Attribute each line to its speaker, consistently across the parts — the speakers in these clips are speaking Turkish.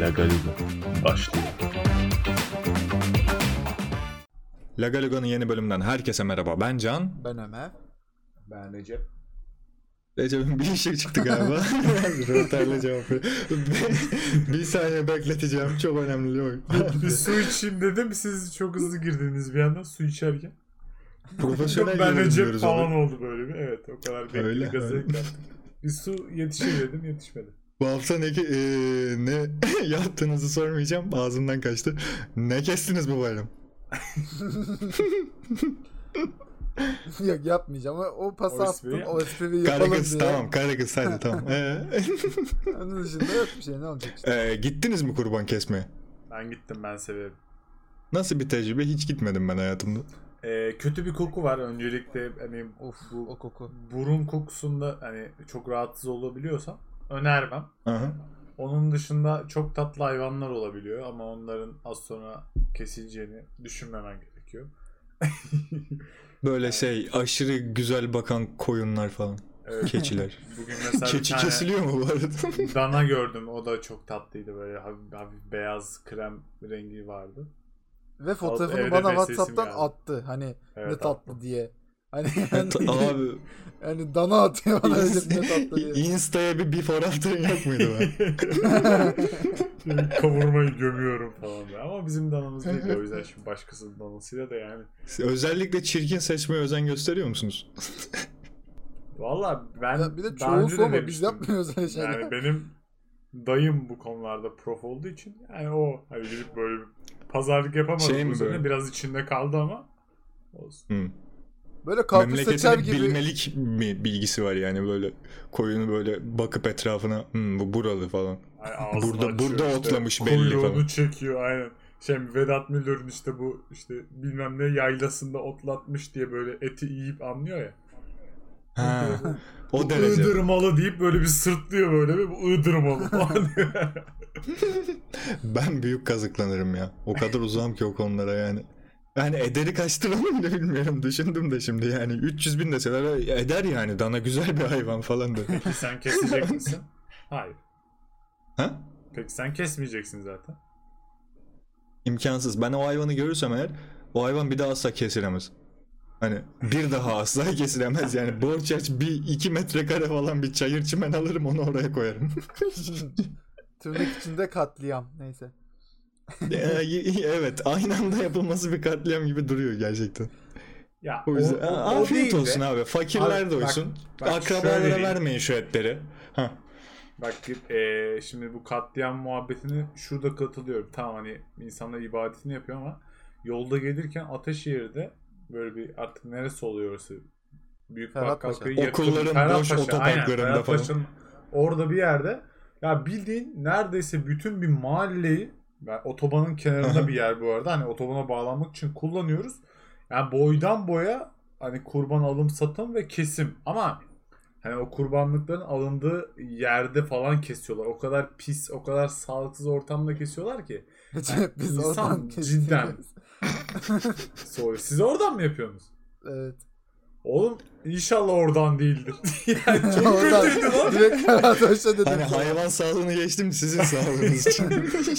Speaker 1: Lagaliga başlıyor.
Speaker 2: Lagaluga'nın yeni bölümünden herkese merhaba. Ben Can.
Speaker 3: Ben Ömer.
Speaker 4: Ben Recep.
Speaker 2: Recep'in bir işi çıktı galiba. Röportajla cevap ver. bir, bir saniye bekleteceğim. Çok önemli. Yok.
Speaker 5: bir su içeyim dedim siz çok hızlı girdiniz bir yandan su içerken. Yok
Speaker 2: Profesyonel
Speaker 5: ben
Speaker 2: yayın
Speaker 5: Recep
Speaker 2: diyoruz ona.
Speaker 5: falan oldu böyle bir. Evet o kadar
Speaker 2: Öyle,
Speaker 5: bekledik
Speaker 2: öyle.
Speaker 5: gazetek yaptık. Bir su yetişir dedim yetişmedi.
Speaker 2: Bu hafta ne, ki- eee, ne yaptığınızı sormayacağım. Ağzımdan kaçtı. Ne kestiniz bu bayram?
Speaker 3: Yok yapmayacağım. O, o pası
Speaker 5: O
Speaker 3: attım.
Speaker 5: espriyi
Speaker 3: O espriyi yapalım
Speaker 2: Kara
Speaker 3: diye.
Speaker 2: kız tamam. Kara kız hadi tamam. Ee,
Speaker 3: Onun dışında yok bir şey. Ne olacak işte.
Speaker 2: Ee, gittiniz mi kurban kesmeye?
Speaker 5: Ben gittim ben severim.
Speaker 2: Nasıl bir tecrübe? Hiç gitmedim ben hayatımda.
Speaker 5: Ee, kötü bir koku var öncelikle hani
Speaker 3: Of
Speaker 5: bu
Speaker 3: o koku.
Speaker 5: burun kokusunda hani çok rahatsız olabiliyorsam önermem.
Speaker 2: Aha.
Speaker 5: Onun dışında çok tatlı hayvanlar olabiliyor ama onların az sonra kesileceğini düşünmemen gerekiyor.
Speaker 2: Böyle şey aşırı güzel bakan koyunlar falan.
Speaker 5: Evet,
Speaker 2: Keçiler.
Speaker 5: Ee, Bugün mesela bir
Speaker 2: Keçi
Speaker 5: tane-
Speaker 2: kesiliyor mu bu arada?
Speaker 5: Dana gördüm. O da çok tatlıydı böyle hafif, hafif beyaz krem rengi vardı.
Speaker 3: Ve fotoğrafını
Speaker 5: evde
Speaker 3: bana
Speaker 5: beslesim
Speaker 3: Whatsapp'tan
Speaker 5: yani.
Speaker 3: attı. Hani ne
Speaker 5: Evet,
Speaker 3: tatlı diye. Hani
Speaker 2: Ya ta-
Speaker 3: yani,
Speaker 2: Abi
Speaker 3: yani dana atıyor bana Recep ne tatlı
Speaker 2: ins-
Speaker 3: diye.
Speaker 2: Insta'ya bir before after'ın yok muydu be?
Speaker 5: Böyle Kavurmayı gömüyorum falan. böyle. Ama bizim danamız değil de o yüzden şimdi başkasının danasıyla da yani.
Speaker 2: Özellikle çirkin seçmeye özen gösteriyor musunuz?
Speaker 5: Valla ben
Speaker 3: Ya bir de
Speaker 5: daha önce
Speaker 3: çoğu ama biz
Speaker 5: demiştim.
Speaker 3: yapmıyoruz öyle şeyler.
Speaker 5: Yani benim dayım bu konularda prof olduğu için yani o hani gidip böyle bir pazarlık yapamadı.
Speaker 2: Şey mi
Speaker 5: bu sene.
Speaker 2: böyle?
Speaker 5: Biraz içinde kaldı ama olsun.
Speaker 2: Hı.
Speaker 3: Böyle kalpli seçer
Speaker 2: Memleketin
Speaker 3: gibi.
Speaker 2: bilmelik mi bilgisi var yani böyle koyunu böyle bakıp etrafına "Hmm, bu buralı falan.
Speaker 5: Ay, ağzını
Speaker 2: Burada-
Speaker 5: açıyor
Speaker 2: burada
Speaker 5: işte.
Speaker 2: otlamış belli
Speaker 5: Kuyruğunu
Speaker 2: falan.
Speaker 5: çekiyor aynen. Şey Vedat Milor'un işte bu işte bilmem ne yaylasında otlatmış diye böyle eti yiyip anlıyor ya.
Speaker 2: Ha, o
Speaker 5: Bu
Speaker 2: derece.
Speaker 5: Iğdır malı deyip böyle bir sırtlıyor böyle bir bu Iğdır malı falan diyor.
Speaker 2: Ben büyük kazıklanırım ya. O kadar uzağım ki o konulara yani. Yani ederi kaçtır onu bile bilmiyorum. Düşündüm de şimdi yani 300 bin deseler eder yani dana güzel bir hayvan falan da.
Speaker 5: Peki sen kesecek misin? Hayır.
Speaker 2: ha?
Speaker 5: Peki sen kesmeyeceksin zaten.
Speaker 2: İmkansız. Ben o hayvanı görürsem eğer o hayvan bir daha asla kesilemez. Hani bir daha asla kesilemez yani borç aç bir iki metrekare falan bir çayır çimen alırım onu oraya koyarım.
Speaker 3: Tırnak içinde katliam. Neyse.
Speaker 2: Ee, y- evet aynı anda yapılması bir katliam gibi duruyor gerçekten.
Speaker 5: Ya
Speaker 2: O yüzden
Speaker 4: o-
Speaker 2: Aa,
Speaker 4: o
Speaker 2: afiyet
Speaker 4: değil de-
Speaker 2: olsun abi fakirler
Speaker 4: Abi,
Speaker 2: de
Speaker 4: bak-
Speaker 2: olsun.
Speaker 4: bak şöyle
Speaker 2: Akrabalara
Speaker 4: diyeyim.
Speaker 2: vermeyin şu etleri. Hah.
Speaker 5: Bak eee, şimdi bu katliam muhabbetini şurada katılıyorum. Tamam hani insanlar ibadetini yapıyor ama yolda gelirken Ataşehir'de böyle bir artık neresi oluyor orası? Büyük
Speaker 3: Ferhat
Speaker 5: Bakkalköy'ü
Speaker 2: Paşa.
Speaker 5: yakın-
Speaker 2: Okulların
Speaker 5: Ferhat
Speaker 2: boş
Speaker 5: Paşa,
Speaker 2: otoparklarında
Speaker 5: aynen, Ferhat
Speaker 2: falan.
Speaker 5: Paşa'nın orada bir yerde ya bildiğin neredeyse bütün bir mahalleyi yani otobanın kenarında bir yer bu arada. Hani otobana bağlanmak için kullanıyoruz. Yani boydan boya hani kurban alım satım ve kesim ama hani o kurbanlıkların alındığı yerde falan kesiyorlar. O kadar pis, o kadar sağlıksız ortamda kesiyorlar ki.
Speaker 3: Recep biz
Speaker 5: insan
Speaker 3: oradan
Speaker 5: cidden.
Speaker 3: kesiyoruz.
Speaker 5: Soy. Siz oradan mı yapıyorsunuz?
Speaker 3: Evet.
Speaker 5: Oğlum inşallah oradan değildir. yani çok
Speaker 3: Oradan
Speaker 5: kötüydü lan.
Speaker 3: Direkt Ferhat Hoş'a dedim.
Speaker 2: Hani hayvan sağlığını geçtim sizin sağlığınız için.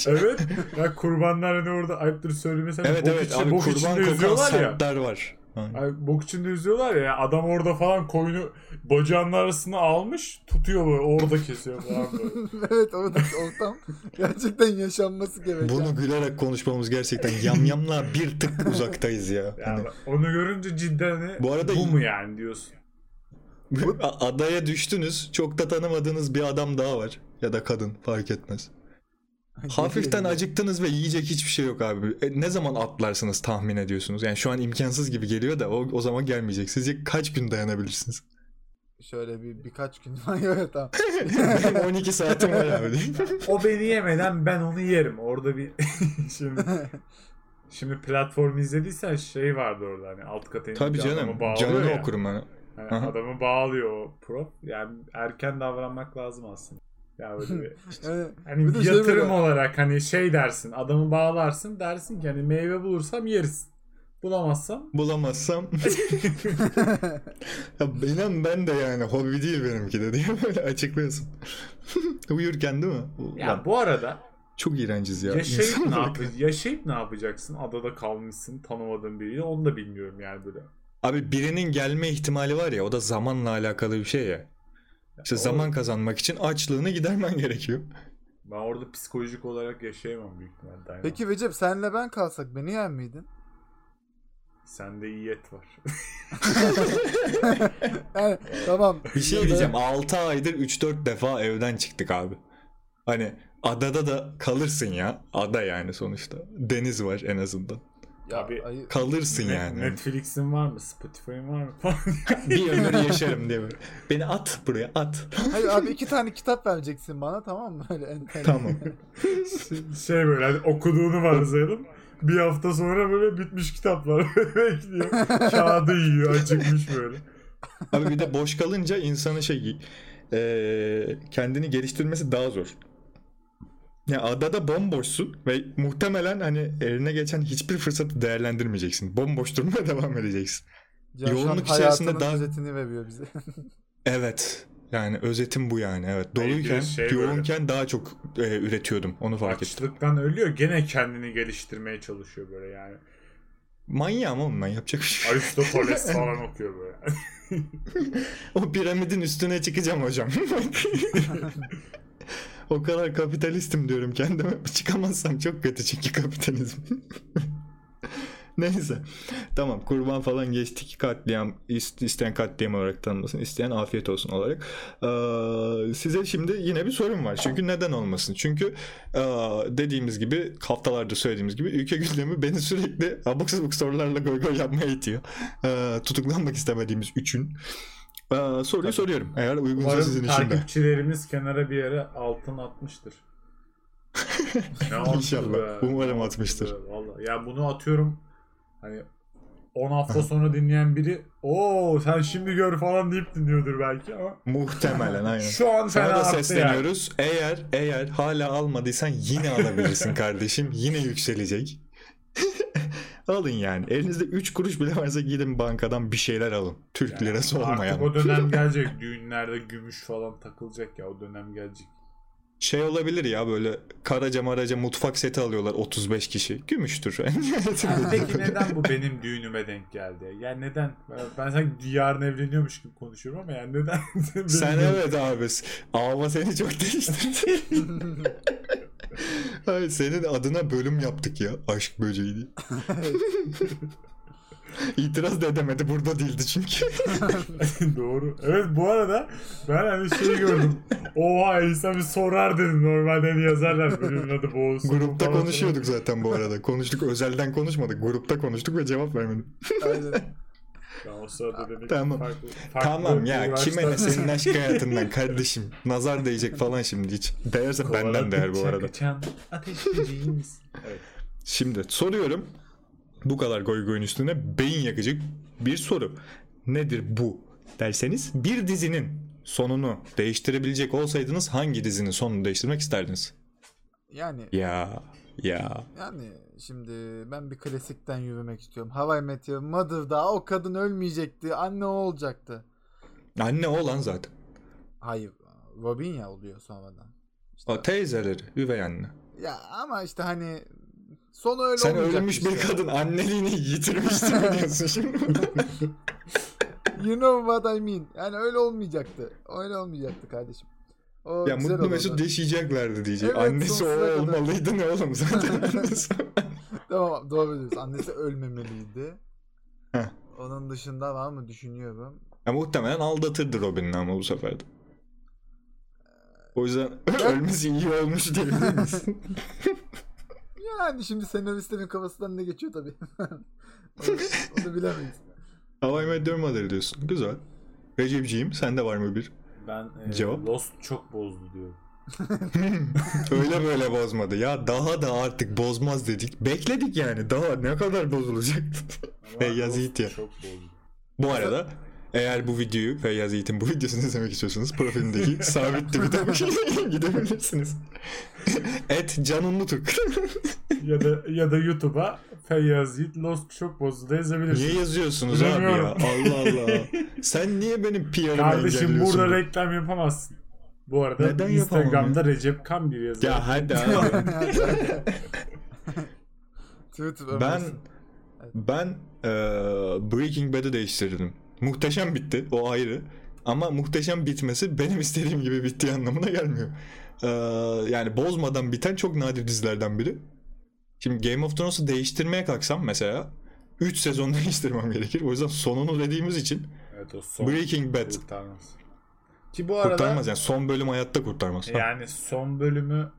Speaker 5: Evet. Ya kurbanlar hani orada ayıptır söylemesen.
Speaker 2: evet
Speaker 5: bok
Speaker 2: evet
Speaker 5: içi-
Speaker 2: abi
Speaker 5: bok içinde
Speaker 2: kurban kokan
Speaker 5: üzüyorlar ya.
Speaker 2: sertler var. Ha.
Speaker 5: Ay, bok içinde üzüyorlar ya. Adam orada falan koyunu bacağının arasına almış. Tutuyor böyle orada kesiyor falan böyle.
Speaker 3: evet orada ortam gerçekten yaşanması gereken.
Speaker 2: Bunu gülerek konuşmamız gerçekten yamyamla bir tık uzaktayız ya.
Speaker 5: Yani
Speaker 2: Hani
Speaker 5: onu görünce cidden hani
Speaker 2: Bu
Speaker 5: bu,
Speaker 2: arada-
Speaker 5: mu yani diyorsun.
Speaker 2: a- adaya düştünüz, çok da tanımadığınız bir adam daha var ya da kadın fark etmez. Hafiften acıktınız ve yiyecek hiçbir şey yok abi. E, ne zaman atlarsınız tahmin ediyorsunuz? Yani şu an imkansız gibi geliyor da o, o zaman gelmeyecek. Sizce kaç gün dayanabilirsiniz?
Speaker 3: Şöyle bir birkaç gün falan evet tamam.
Speaker 2: Benim 12 saatim var abi.
Speaker 5: O beni yemeden ben onu yerim. Orada bir şimdi şimdi platform izlediysen şey vardı orada hani alt kata inip
Speaker 2: Tabii
Speaker 5: bir
Speaker 2: canım.
Speaker 5: adamı bağlıyor
Speaker 2: Canını
Speaker 5: ya.
Speaker 2: okurum ben.
Speaker 5: Yani
Speaker 2: Aha.
Speaker 5: adamı bağlıyor o prop. Yani erken davranmak lazım aslında. Ya böyle bir
Speaker 3: Yani
Speaker 5: Hani
Speaker 3: Bir de şey
Speaker 5: yatırım
Speaker 3: böyle-
Speaker 5: olarak hani şey dersin adamı bağlarsın dersin ki hani meyve bulursam yeriz. Bulamazsam
Speaker 2: Bulamazsam. ya benim ben de yani hobi değil benimki de diye böyle açıklıyorsun. Uyurken değil mi?
Speaker 5: ya
Speaker 2: Ulan.
Speaker 5: bu arada
Speaker 2: Çok iğrenciz ya.
Speaker 5: Yaşayıp
Speaker 2: İnsan
Speaker 5: şey ne,
Speaker 2: olarak.
Speaker 5: yap- yaşayıp ne yapacaksın? Adada kalmışsın tanımadığın biriyle onu da bilmiyorum yani böyle.
Speaker 2: Abi birinin gelme ihtimali var ya o da zamanla alakalı bir şey ya. İşte
Speaker 5: o-
Speaker 2: zaman kazanmak için açlığını gidermen gerekiyor.
Speaker 5: Ben orada psikolojik olarak yaşayamam büyük ihtimalle. dayanamam.
Speaker 3: Peki Recep senle ben kalsak beni yer miydin?
Speaker 5: Sende iyi et var.
Speaker 3: Yani tamam.
Speaker 2: Bir şey diyeceğim 6 aydır 3-4 defa evden çıktık abi. Hani adada da kalırsın ya. Ada yani sonuçta. Deniz var en azından.
Speaker 3: Ya,
Speaker 5: Abi-
Speaker 3: ayı-
Speaker 2: Kalırsın
Speaker 5: Ne-
Speaker 2: yani.
Speaker 5: Netflix'in var mı? Spotify'ın var mı?
Speaker 2: bir ömür yaşarım diye böyle. Beni at buraya at.
Speaker 3: Hayır abi iki tane kitap vereceksin bana tamam mı? Öyle entel.
Speaker 2: Tamam.
Speaker 5: şey böyle hani okuduğunu varsayalım. Bir hafta sonra böyle bitmiş kitaplar bekliyor. Kağıdı yiyor acıkmış böyle.
Speaker 2: Abi bir de boş kalınca insanın şey eee, kendini geliştirmesi daha zor. Ya adada bomboşsun ve muhtemelen hani eline geçen hiçbir fırsatı değerlendirmeyeceksin. Bomboş durmaya devam edeceksin.
Speaker 3: Can şu an
Speaker 2: Yoğunluk içerisinde
Speaker 3: hayatının
Speaker 2: daha-
Speaker 3: özetini veriyor bize.
Speaker 2: Evet. Yani özetim bu yani. Evet.
Speaker 5: Hayır, bir de
Speaker 2: Doluyken,
Speaker 5: şey böyle.
Speaker 2: yoğunken daha çok e, üretiyordum. Onu fark ettim.
Speaker 5: Açlıktan ölüyor gene kendini geliştirmeye çalışıyor böyle yani.
Speaker 2: Manyağım oğlum ben yapacak bir şey. yok.
Speaker 5: Aristoteles falan okuyor böyle.
Speaker 2: o piramidin üstüne çıkacağım hocam. o kadar kapitalistim diyorum kendime. Çıkamazsam çok kötü çünkü kapitalizm. Neyse. Tamam kurban falan geçtik. Katliam ist- isteyen katliam olarak tanınmasın. isteyen afiyet olsun olarak. Ee, size şimdi yine bir sorum var. Çünkü neden olmasın? Çünkü ee, dediğimiz gibi haftalarda söylediğimiz gibi ülke gündemi beni sürekli abuk sabuk sorularla goy goy yapmaya itiyor. Ee, tutuklanmak istemediğimiz üçün. Ee, soruyu soruyorum. Eğer uygunsa sizin
Speaker 5: Umarım
Speaker 2: için de.
Speaker 5: takipçilerimiz kenara bir yere altın atmıştır. Ne altın
Speaker 2: İnşallah.
Speaker 5: be,
Speaker 2: Umarım
Speaker 5: ne altın
Speaker 2: atmıştır.
Speaker 5: be, Vallahi. Ya bunu atıyorum hani 10 hafta sonra dinleyen biri o sen şimdi gör falan deyip dinliyordur belki ama
Speaker 2: Muhtemelen aynen.
Speaker 5: şu an
Speaker 2: Sana
Speaker 5: fena
Speaker 2: da
Speaker 5: attı yani.
Speaker 2: sesleniyoruz. Eğer eğer hala almadıysan yine alabilirsin kardeşim. Yine yükselecek. alın yani. Elinizde 3 kuruş bile varsa gidin bankadan bir şeyler alın. Türk
Speaker 5: Yani
Speaker 2: lirası olmayan.
Speaker 5: Artık o dönem gelecek. Düğünlerde gümüş falan takılacak ya o dönem gelecek.
Speaker 2: Şey olabilir ya böyle karaca maraca mutfak seti alıyorlar 35 kişi. Gümüştür.
Speaker 5: Peki neden bu benim düğünüme denk geldi? Yani neden? Ben, ben sanki yarın evleniyormuş gibi konuşuyorum ama yani neden? Benim
Speaker 2: Sen
Speaker 5: düğünüm-
Speaker 2: evet abi. Ava seni çok değiştirdi. Hayır, senin adına bölüm yaptık ya. Aşk böceği diye. İtiraz da edemedi burada değildi çünkü.
Speaker 5: Doğru. Evet bu arada ben hani şeyi gördüm. Oha insan bir sorar dedim. Normalde hani yazarlar bölümün adı bu olsun.
Speaker 2: Grupta
Speaker 5: falan
Speaker 2: konuşuyorduk zaten bu arada. Konuştuk özelden konuşmadık. Grupta konuştuk ve cevap vermedim.
Speaker 3: Aynen.
Speaker 5: filan. Ya o sırada demek ki
Speaker 2: Tamam.
Speaker 5: farklı- farklı
Speaker 2: Tamam ya
Speaker 5: uğraşlar-
Speaker 2: kime ne senin aşk hayatından kardeşim. Nazar değecek falan şimdi hiç. Değerse benden değer bu
Speaker 5: Kovaladıkça
Speaker 2: arada.
Speaker 5: Kaçan ateş böceğimiz. Evet.
Speaker 2: Şimdi soruyorum. Bu kadar goy goyun üstüne beyin yakıcı bir soru. Nedir bu derseniz bir dizinin sonunu değiştirebilecek olsaydınız hangi dizinin sonunu değiştirmek isterdiniz?
Speaker 3: Yani
Speaker 2: Ya ya
Speaker 3: yani şimdi ben bir klasikten yürümek istiyorum. Hawaii Meteor Mother'da o kadın ölmeyecekti. Anne o olacaktı.
Speaker 2: anne olan zaten.
Speaker 3: Hayır. Robin ya oluyor sonradan. İşte-
Speaker 2: O teyzeleri, üvey anne.
Speaker 3: ya ama işte hani sonu öyle
Speaker 2: Sen
Speaker 3: olmayacak şey.
Speaker 2: ölmüş
Speaker 3: işte.
Speaker 2: bir kadın anneliğini yitirmişsin diyorsun şimdi.
Speaker 3: You know what I mean. Yani öyle olmayacaktı. Öyle olmayacaktı kardeşim. O
Speaker 2: ya
Speaker 3: güzel
Speaker 2: mutlu
Speaker 3: olurdu.
Speaker 2: mesut yaşayacaklardı diyecek.
Speaker 3: Evet,
Speaker 2: Annesi
Speaker 3: sonsuza
Speaker 2: o
Speaker 3: kadar.
Speaker 2: olmalıydı ne oğlum zaten annesi.
Speaker 3: Tamam doğru diyorsun. Annesi ölmemeliydi.
Speaker 2: Heh.
Speaker 3: Onun dışında var mı düşünüyorum.
Speaker 2: Ya muhtemelen aldatırdı Robin'le ama bu sefer de. O yüzden ölmesi iyi olmuş diyebilir misin?
Speaker 3: Yani şimdi senaristlerin kafasından ne geçiyor tabii. onu, onu bilemeyiz.
Speaker 2: Hava I Met Your Mother diyorsun. Güzel. Recep'ciğim sende var mı bir?
Speaker 5: Ben e,
Speaker 2: Cevap?
Speaker 5: Lost çok bozdu diyor.
Speaker 2: Öyle böyle bozmadı. Ya daha da artık bozmaz dedik. Bekledik yani. Daha ne kadar bozulacak?
Speaker 5: Ama
Speaker 2: Feyyaz
Speaker 5: Lost
Speaker 2: Yiğit ya.
Speaker 5: Çok bozdu.
Speaker 2: Bu arada eğer bu videoyu Feyyaz Yiğit'in bu videosunu izlemek istiyorsanız profilimdeki sabit Twitter'a gidebilirsiniz. Et Can Unlutuk.
Speaker 5: ya da ya da YouTube'a Feyyaz Yiğit Lost çok bozdu da
Speaker 2: Niye
Speaker 5: yazabilirsiniz.
Speaker 2: yazıyorsunuz abi ya?
Speaker 5: Bilemiyorum.
Speaker 2: Allah Allah. Sen niye benim PR'ımı engelliyorsun?
Speaker 5: Kardeşim burada
Speaker 2: bu?
Speaker 5: reklam yapamazsın. Bu arada
Speaker 2: Neden
Speaker 5: Instagram'da
Speaker 2: yapamam
Speaker 5: Recep Kambir yazıyor.
Speaker 2: Ya hadi abi.
Speaker 3: Twitter
Speaker 2: ben
Speaker 3: ömersin. Evet.
Speaker 2: ben eee, Breaking Bad'ı değiştirdim. Muhteşem bitti o ayrı. Ama muhteşem bitmesi benim istediğim gibi bittiği anlamına gelmiyor. Eee, yani bozmadan biten çok nadir dizilerden biri. Şimdi Game of Thrones'u değiştirmeye kalksam mesela 3 sezon değiştirmem gerekir. O yüzden sonunu dediğimiz için
Speaker 5: Evet o son.
Speaker 2: Breaking Bad
Speaker 5: Kurtarmaz. Ki bu arada
Speaker 2: kurtarmaz yani son bölüm hayatta kurtarmaz. Ha.
Speaker 5: Yani son bölümü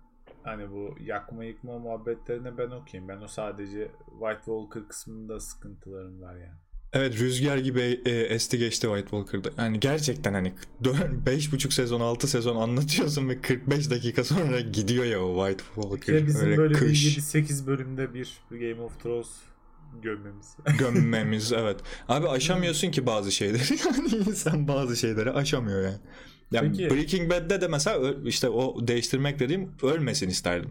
Speaker 5: hani bu yakma yıkma muhabbetlerine ben okuyayım. Ben o sadece White Walker kısmında sıkıntılarım var yani.
Speaker 2: Evet rüzgar gibi e, esti geçti White Walker'da. Yani gerçekten hani 5,5 sezon 6 sezon anlatıyorsun ve 45 dakika sonra gidiyor ya o White Walker.
Speaker 5: Ki bizim
Speaker 2: Öyle
Speaker 5: böyle bir
Speaker 2: kış
Speaker 5: 7-8 bölümde bir Game of Thrones gömmemiz.
Speaker 2: gömmemiz evet. Abi aşamıyorsun ki bazı şeyleri. Yani insan bazı şeyleri aşamıyor yani. Yani
Speaker 5: Peki.
Speaker 2: Breaking Bad'de de mesela ö- işte o değiştirmek dediğim ölmesin isterdim.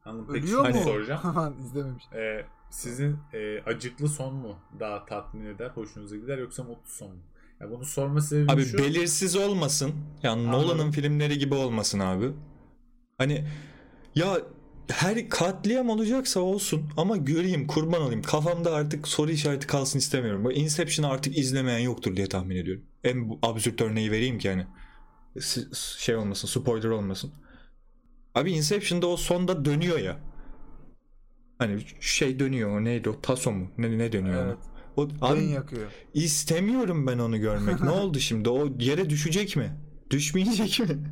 Speaker 5: Hanım peki
Speaker 3: Ölüyor
Speaker 5: şunu
Speaker 2: Hani
Speaker 3: mu?
Speaker 5: soracağım.
Speaker 3: Aman izlememiş.
Speaker 5: Ee, sizin e, acıklı son mu daha tatmin eder, hoşunuza gider yoksa mutlu son mu? Ya bunu sorma sebebim
Speaker 2: Abi
Speaker 5: şu.
Speaker 2: belirsiz olmasın. Yani
Speaker 5: Anladım.
Speaker 2: Nolan'ın filmleri gibi olmasın abi. Hani ya her katliam olacaksa olsun ama göreyim kurban olayım. Kafamda artık soru işareti kalsın istemiyorum. Bu Inception'ı artık izlemeyen yoktur diye tahmin ediyorum. En bu- absürt örneği vereyim ki hani s- s- şey olmasın spoiler olmasın. Abi Inception'da o sonda dönüyor ya. Hani şey dönüyor o neydi o taso mu ne, ne dönüyor ona?
Speaker 3: Evet.
Speaker 2: O,
Speaker 3: Beyin
Speaker 2: abi,
Speaker 3: yakıyor.
Speaker 2: İstemiyorum ben onu görmek. ne oldu şimdi? O yere düşecek mi? Düşmeyecek mi?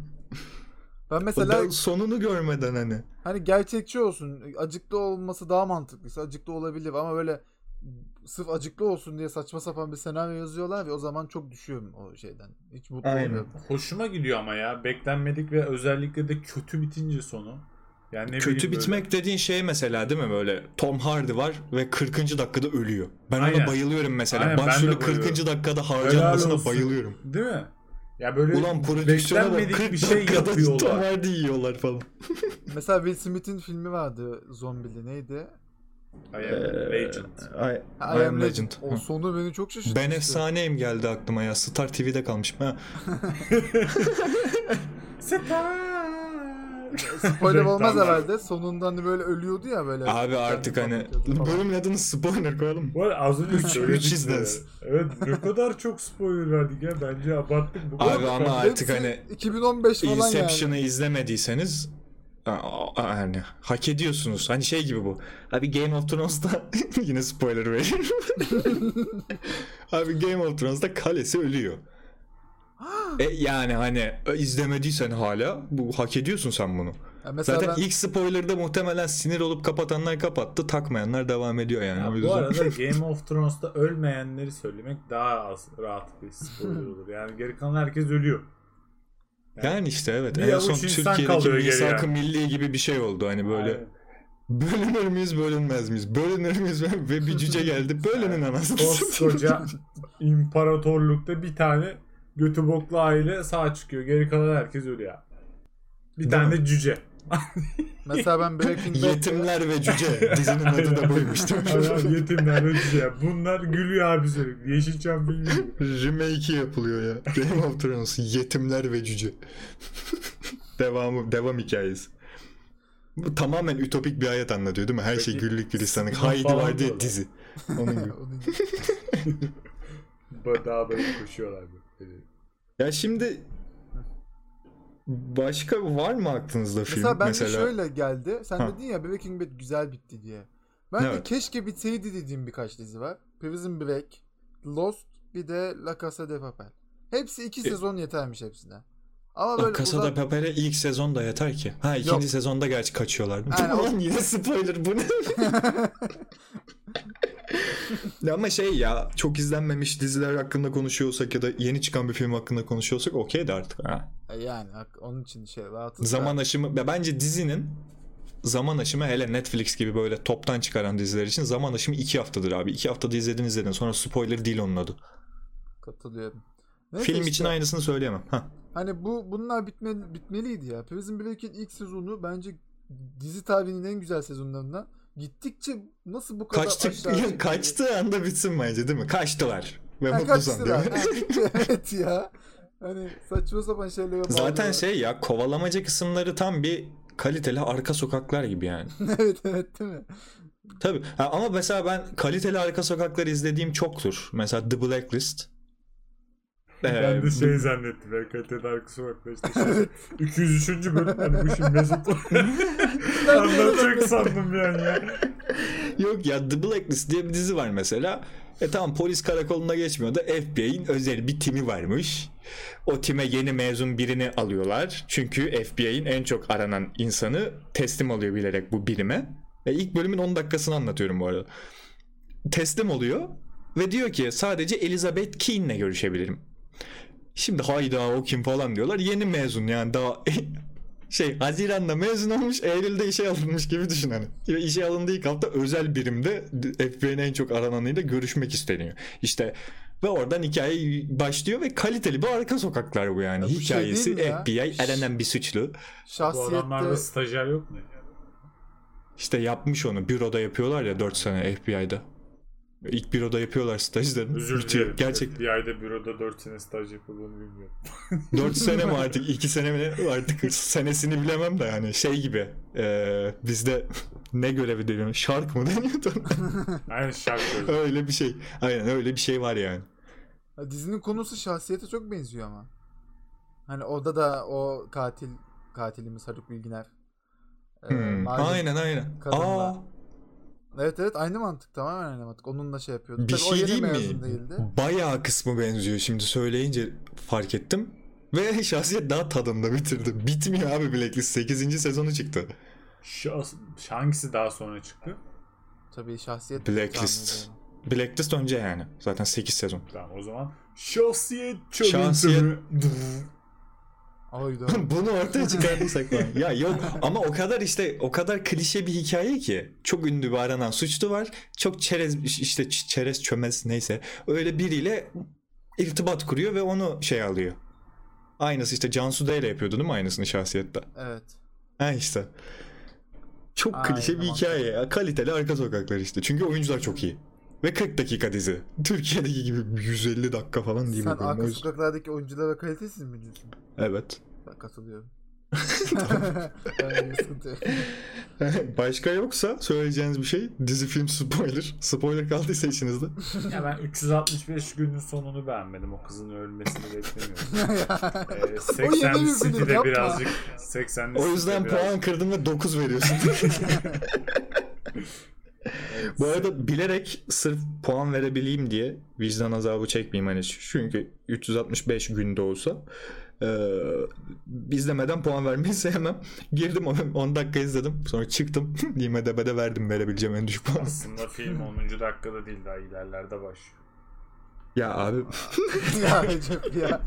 Speaker 3: Ben
Speaker 2: O
Speaker 3: mesela
Speaker 2: da sonunu görmeden hani.
Speaker 3: hani gerçekçi olsun. Acıklı olması daha mantıklıysa acıklı olabilir ama böyle sırf acıklı olsun diye saçma sapan bir senaryo yazıyorlar ve o zaman çok düşüyorum o şeyden. Hiç mutlu
Speaker 2: Aynen.
Speaker 3: olmuyorum.
Speaker 5: Hoşuma gidiyor ama ya. Beklenmedik ve özellikle de kötü bitince sonu. Yani ne
Speaker 2: Kötü
Speaker 5: bileyim böyle-
Speaker 2: bitmek dediğin şey mesela değil mi böyle Tom Hardy var ve 40. dakikada ölüyor. Ben ona
Speaker 5: Aynen.
Speaker 2: bayılıyorum mesela.
Speaker 5: Aynen, ben de
Speaker 2: Başrolü
Speaker 5: bayılıyorum.
Speaker 2: 40. dakikada
Speaker 5: Helal
Speaker 2: harcanmasına
Speaker 5: olsun.
Speaker 2: bayılıyorum.
Speaker 5: Değil mi? Ya böyle
Speaker 2: Ulan prodüksiyona bak
Speaker 5: beklenmedik
Speaker 2: 40
Speaker 5: bir şey
Speaker 2: dakikada Tom
Speaker 5: yapıyorlar.
Speaker 2: Hardy yiyorlar falan.
Speaker 3: Mesela Will Smith'in filmi vardı zombili neydi?
Speaker 5: I am
Speaker 2: e,
Speaker 5: legend.
Speaker 2: Ay,
Speaker 3: Ha,
Speaker 2: I am Legend.
Speaker 3: O
Speaker 2: Hı.
Speaker 3: sonu beni çok şaşırttı.
Speaker 2: Ben efsaneyim geldi aklıma ya. Star TV'de kalmışım. Ha.
Speaker 3: Spoiler olmaz
Speaker 5: Reklamlar.
Speaker 3: herhalde. Sonundan böyle ölüyordu ya böyle.
Speaker 2: Abi artık
Speaker 3: Kendi
Speaker 2: hani
Speaker 3: patlatıyordu falan.
Speaker 2: bölümün adını spoiler koyalım.
Speaker 5: Bu arada az önce
Speaker 2: Üç-
Speaker 5: söyledik
Speaker 2: üç
Speaker 5: de.
Speaker 2: izlensin.
Speaker 5: Evet ne kadar çok spoiler verdik ya. Bence abarttık. Bu
Speaker 2: Abi
Speaker 5: kadar-
Speaker 2: ama artık
Speaker 3: Hepsi
Speaker 2: hani
Speaker 3: 2015 falan yani.
Speaker 2: Inception'ı izlemediyseniz a- a- yani hak ediyorsunuz. Hani şey gibi bu. Abi Game of Thrones'da yine spoiler veriyorum. Abi Game of Thrones'da kalesi ölüyor. E yani hani e, izlemediysen hala bu hak ediyorsun sen bunu.
Speaker 3: Ya mesela
Speaker 2: Zaten
Speaker 3: ben-
Speaker 2: ilk spoiler'da muhtemelen sinir olup kapatanlar kapattı, takmayanlar devam ediyor yani.
Speaker 5: Ya
Speaker 2: O
Speaker 5: bu
Speaker 2: yüzden-
Speaker 5: arada Game of Thrones'ta ölmeyenleri söylemek daha az rahat bir spoiler olur. Yani geri kalan herkes ölüyor.
Speaker 2: yani işte evet
Speaker 5: Bir
Speaker 2: en
Speaker 5: avuç
Speaker 2: son
Speaker 5: insan
Speaker 2: Türkiye'deki
Speaker 5: kalıyor geriye.
Speaker 2: misak-ı milli gibi bir şey oldu hani böyle.
Speaker 5: Aynen.
Speaker 2: Bölünür müyüz bölünmez miyiz? Bölünür müyüz ve bir cüce geldi. Bölünün anasını satayım.
Speaker 5: koskoca imparatorlukta bir tane götü boklu aile sağ çıkıyor. Geri kalan herkes ölüyor. Bir tane cüce.
Speaker 3: Mesela ben Breaking Bad'de
Speaker 2: Yetimler ve cüce. Dizinin adı da buymuş. değil mi?
Speaker 5: Aynen, yetimler ve cüce. Bunlar gülüyor abi sürekli. Yeşilçam filmi gibi.
Speaker 2: Remake'i yapılıyor ya. Game of Thrones yetimler ve cüce. Devamı devam hikayesi. Bu tamamen ütopik bir hayat anlatıyor değil mi? Her şey
Speaker 5: Peki,
Speaker 2: güllük gülistanlık.
Speaker 5: spin-off
Speaker 2: Haydi
Speaker 5: falan
Speaker 2: var diye
Speaker 5: diyorlar.
Speaker 2: dizi. Onun gibi.
Speaker 3: Onun gibi.
Speaker 5: Daha böyle koşuyorlar böyle. Ee,
Speaker 2: ya şimdi başka var mı aklınızda film?
Speaker 3: Mesela ben de şöyle geldi. Sen
Speaker 2: Ha.
Speaker 3: dedin ya Breaking Bad güzel bitti diye. Ben de
Speaker 2: Evet.
Speaker 3: keşke bitseydi dediğim birkaç dizi var. Prison Break, Lost, bir de La Casa de Papel. Hepsi iki
Speaker 2: E-
Speaker 3: sezon yetermiş hepsine. Ama
Speaker 2: Kasada
Speaker 3: böyle
Speaker 2: Casa de
Speaker 3: uzak-
Speaker 2: Papel'e ilk sezon da yeter ki. Ha ikinci
Speaker 3: Yok.
Speaker 2: sezonda gerçi kaçıyorlar.
Speaker 3: Aynen, o-
Speaker 2: Ulan yine spoiler bu ne? Ya Ama şey ya çok izlenmemiş diziler hakkında konuşuyorsak ya da yeni çıkan bir film hakkında konuşuyorsak okey de artık. Ha.
Speaker 3: E yani hak- onun için şey rahatız. da.
Speaker 2: Zaman aşımı ya bence dizinin zaman aşımı hele Netflix gibi böyle toptan çıkaran diziler için zaman aşımı 2 haftadır abi. 2 haftada izledin izledin sonra spoiler değil onun adı.
Speaker 3: katılıyorum. Neyse
Speaker 2: film
Speaker 3: işte,
Speaker 2: için aynısını söyleyemem. Ha.
Speaker 3: Hani bu bunlar bitme, bitmeliydi ya. Prison Break'in ilk sezonu bence dizi tarihinin en güzel sezonlarından. Gittikçe nasıl bu kadar
Speaker 2: Kaçtık,
Speaker 3: aşağı çekildi?
Speaker 2: kaçtığı anda bitsin bence değil mi? Kaçtılar. Ve
Speaker 3: Ha,
Speaker 2: mutlu son
Speaker 3: kaçtılar.
Speaker 2: değil mi?
Speaker 3: Ha, gitti, evet ya. Hani saçma sapan şeylere bağlı.
Speaker 2: Zaten şey ya kovalamaca kısımları tam bir kaliteli arka sokaklar gibi yani.
Speaker 3: evet evet değil mi?
Speaker 2: Tabii Ha, ama mesela ben kaliteli arka sokakları izlediğim çoktur. Mesela The Blacklist. Ee,
Speaker 5: ben de şey zannettim. VKT'de arka sokakta işte şey, 203. bölüm hani bu şimdi Mesut anlatacak sandım yani ya.
Speaker 2: Yok ya The Blacklist diye bir dizi var mesela. E tamam polis karakoluna geçmiyor da FBI'nin özel bir timi varmış. O time yeni mezun birini alıyorlar. Çünkü FBI'nin en çok aranan insanı teslim oluyor bilerek bu birime. E ilk bölümün 10 dakikasını anlatıyorum bu arada. Teslim oluyor ve diyor ki sadece Elizabeth Keen'le görüşebilirim. Şimdi hayda o kim falan diyorlar. Yeni mezun yani daha şey Haziran'da mezun olmuş Eylül'de işe alınmış gibi düşün hani. Ve İşe alındığı ilk hafta özel birimde FBI'nin en çok arananıyla görüşmek isteniyor. İşte ve oradan hikaye başlıyor ve kaliteli bir arka sokaklar bu yani.
Speaker 3: Ya bu şey
Speaker 2: Hikayesi
Speaker 3: değil mi ya?
Speaker 2: FBI aranan bir suçlu.
Speaker 5: Bu adamlarda
Speaker 3: Şahsiyette
Speaker 5: stajyer yok mu? ya?
Speaker 2: İşte yapmış onu. Büroda yapıyorlar ya 4 sene FBI'da. İlk büroda yapıyorlar stajlarını.
Speaker 5: Özür
Speaker 2: Bitiyor.
Speaker 5: dilerim.
Speaker 2: Gerçek.
Speaker 5: Bir ayda büroda 4 sene staj yapıldığını bilmiyorum.
Speaker 2: 4 sene mi artık 2 sene mi artık senesini bilemem de yani şey gibi eee, bizde ne görevi deniyor şark mı deniyordu
Speaker 5: Aynen şarkı.
Speaker 2: öyle bir şey aynen öyle bir şey var yani
Speaker 3: Ha, dizinin konusu şahsiyete çok benziyor ama. Hani orada da o katil katilimiz Haluk Bilginer. Ee,
Speaker 2: Hmm,
Speaker 3: malum-
Speaker 2: aynen aynen
Speaker 3: kadınla.
Speaker 2: Aa,
Speaker 3: Evet evet aynı mantık tamamen aynı mantık. Onunla şey yapıyordu.
Speaker 2: Bir
Speaker 3: Tabii o
Speaker 2: şey
Speaker 3: yeni
Speaker 2: diyeyim mi?
Speaker 3: mezun değildi.
Speaker 2: bayağı kısmı benziyor şimdi söyleyince fark ettim ve şahsiyet daha tadında bitirdi bitmiyor abi Blacklist 8. sezonu çıktı
Speaker 5: Şu, hangisi daha sonra çıktı?
Speaker 3: Tabii şahsiyet
Speaker 2: Blacklist.
Speaker 3: canlıydı.
Speaker 2: Blacklist önce yani zaten 8 sezon
Speaker 5: Tamam o zaman şahsiyet challenge.
Speaker 2: Şahsiyet-
Speaker 3: Oydu.
Speaker 2: Bunu ortaya çıkartırsak lan. Ya yok ama o kadar işte o kadar klişe bir hikaye ki. Çok ünlü bir aranan suçlu var. Çok çerez işte ç- çerez çömez neyse. Öyle biriyle irtibat kuruyor ve onu şey alıyor. Aynısı işte Cansu D'yle yapıyordu değil mi aynısını şahsiyette?
Speaker 3: evet.
Speaker 2: Ha işte. Çok
Speaker 3: Aynen,
Speaker 2: klişe bir hikaye ya. Kaliteli arka sokaklar işte. Çünkü oyuncular çok iyi. Ve 40 dakika dizi. Türkiye'deki gibi 150 dakika falan değil
Speaker 3: Sen
Speaker 2: bir bölüm. O
Speaker 3: arka
Speaker 2: yüzden-
Speaker 3: sokaklardaki oyunculara kalitesiz mi diyorsun?
Speaker 2: Evet.
Speaker 3: Ben katılıyorum. Öyle bir sıkıntı yok.
Speaker 2: Başka yoksa söyleyeceğiniz bir şey dizi film spoiler. Spoiler kaldıysa içinizde.
Speaker 5: Ya ben 365 günün sonunu beğenmedim. O kızın ölmesini beklemiyorum.
Speaker 3: O
Speaker 5: Ee,
Speaker 3: yeni
Speaker 5: 80
Speaker 3: bir film,
Speaker 5: City'de
Speaker 3: yapma.
Speaker 5: birazcık 80
Speaker 2: O yüzden
Speaker 5: City'de biraz-
Speaker 2: puan kırdım ve 9 veriyorsun.
Speaker 5: Evet,
Speaker 2: Bu arada bilerek sırf puan verebileyim diye vicdan azabı çekmeyeyim hani çünkü 365 günde olsa e, izlemeden puan vermeyi sevmem. Girdim 10 dakika izledim sonra çıktım. IMDB'de verdim verebileceğim en düşük puan.
Speaker 5: Aslında film 10. dakikada değil daha ilerlerde başlıyor.
Speaker 2: Ya abi
Speaker 3: ya Recep ya.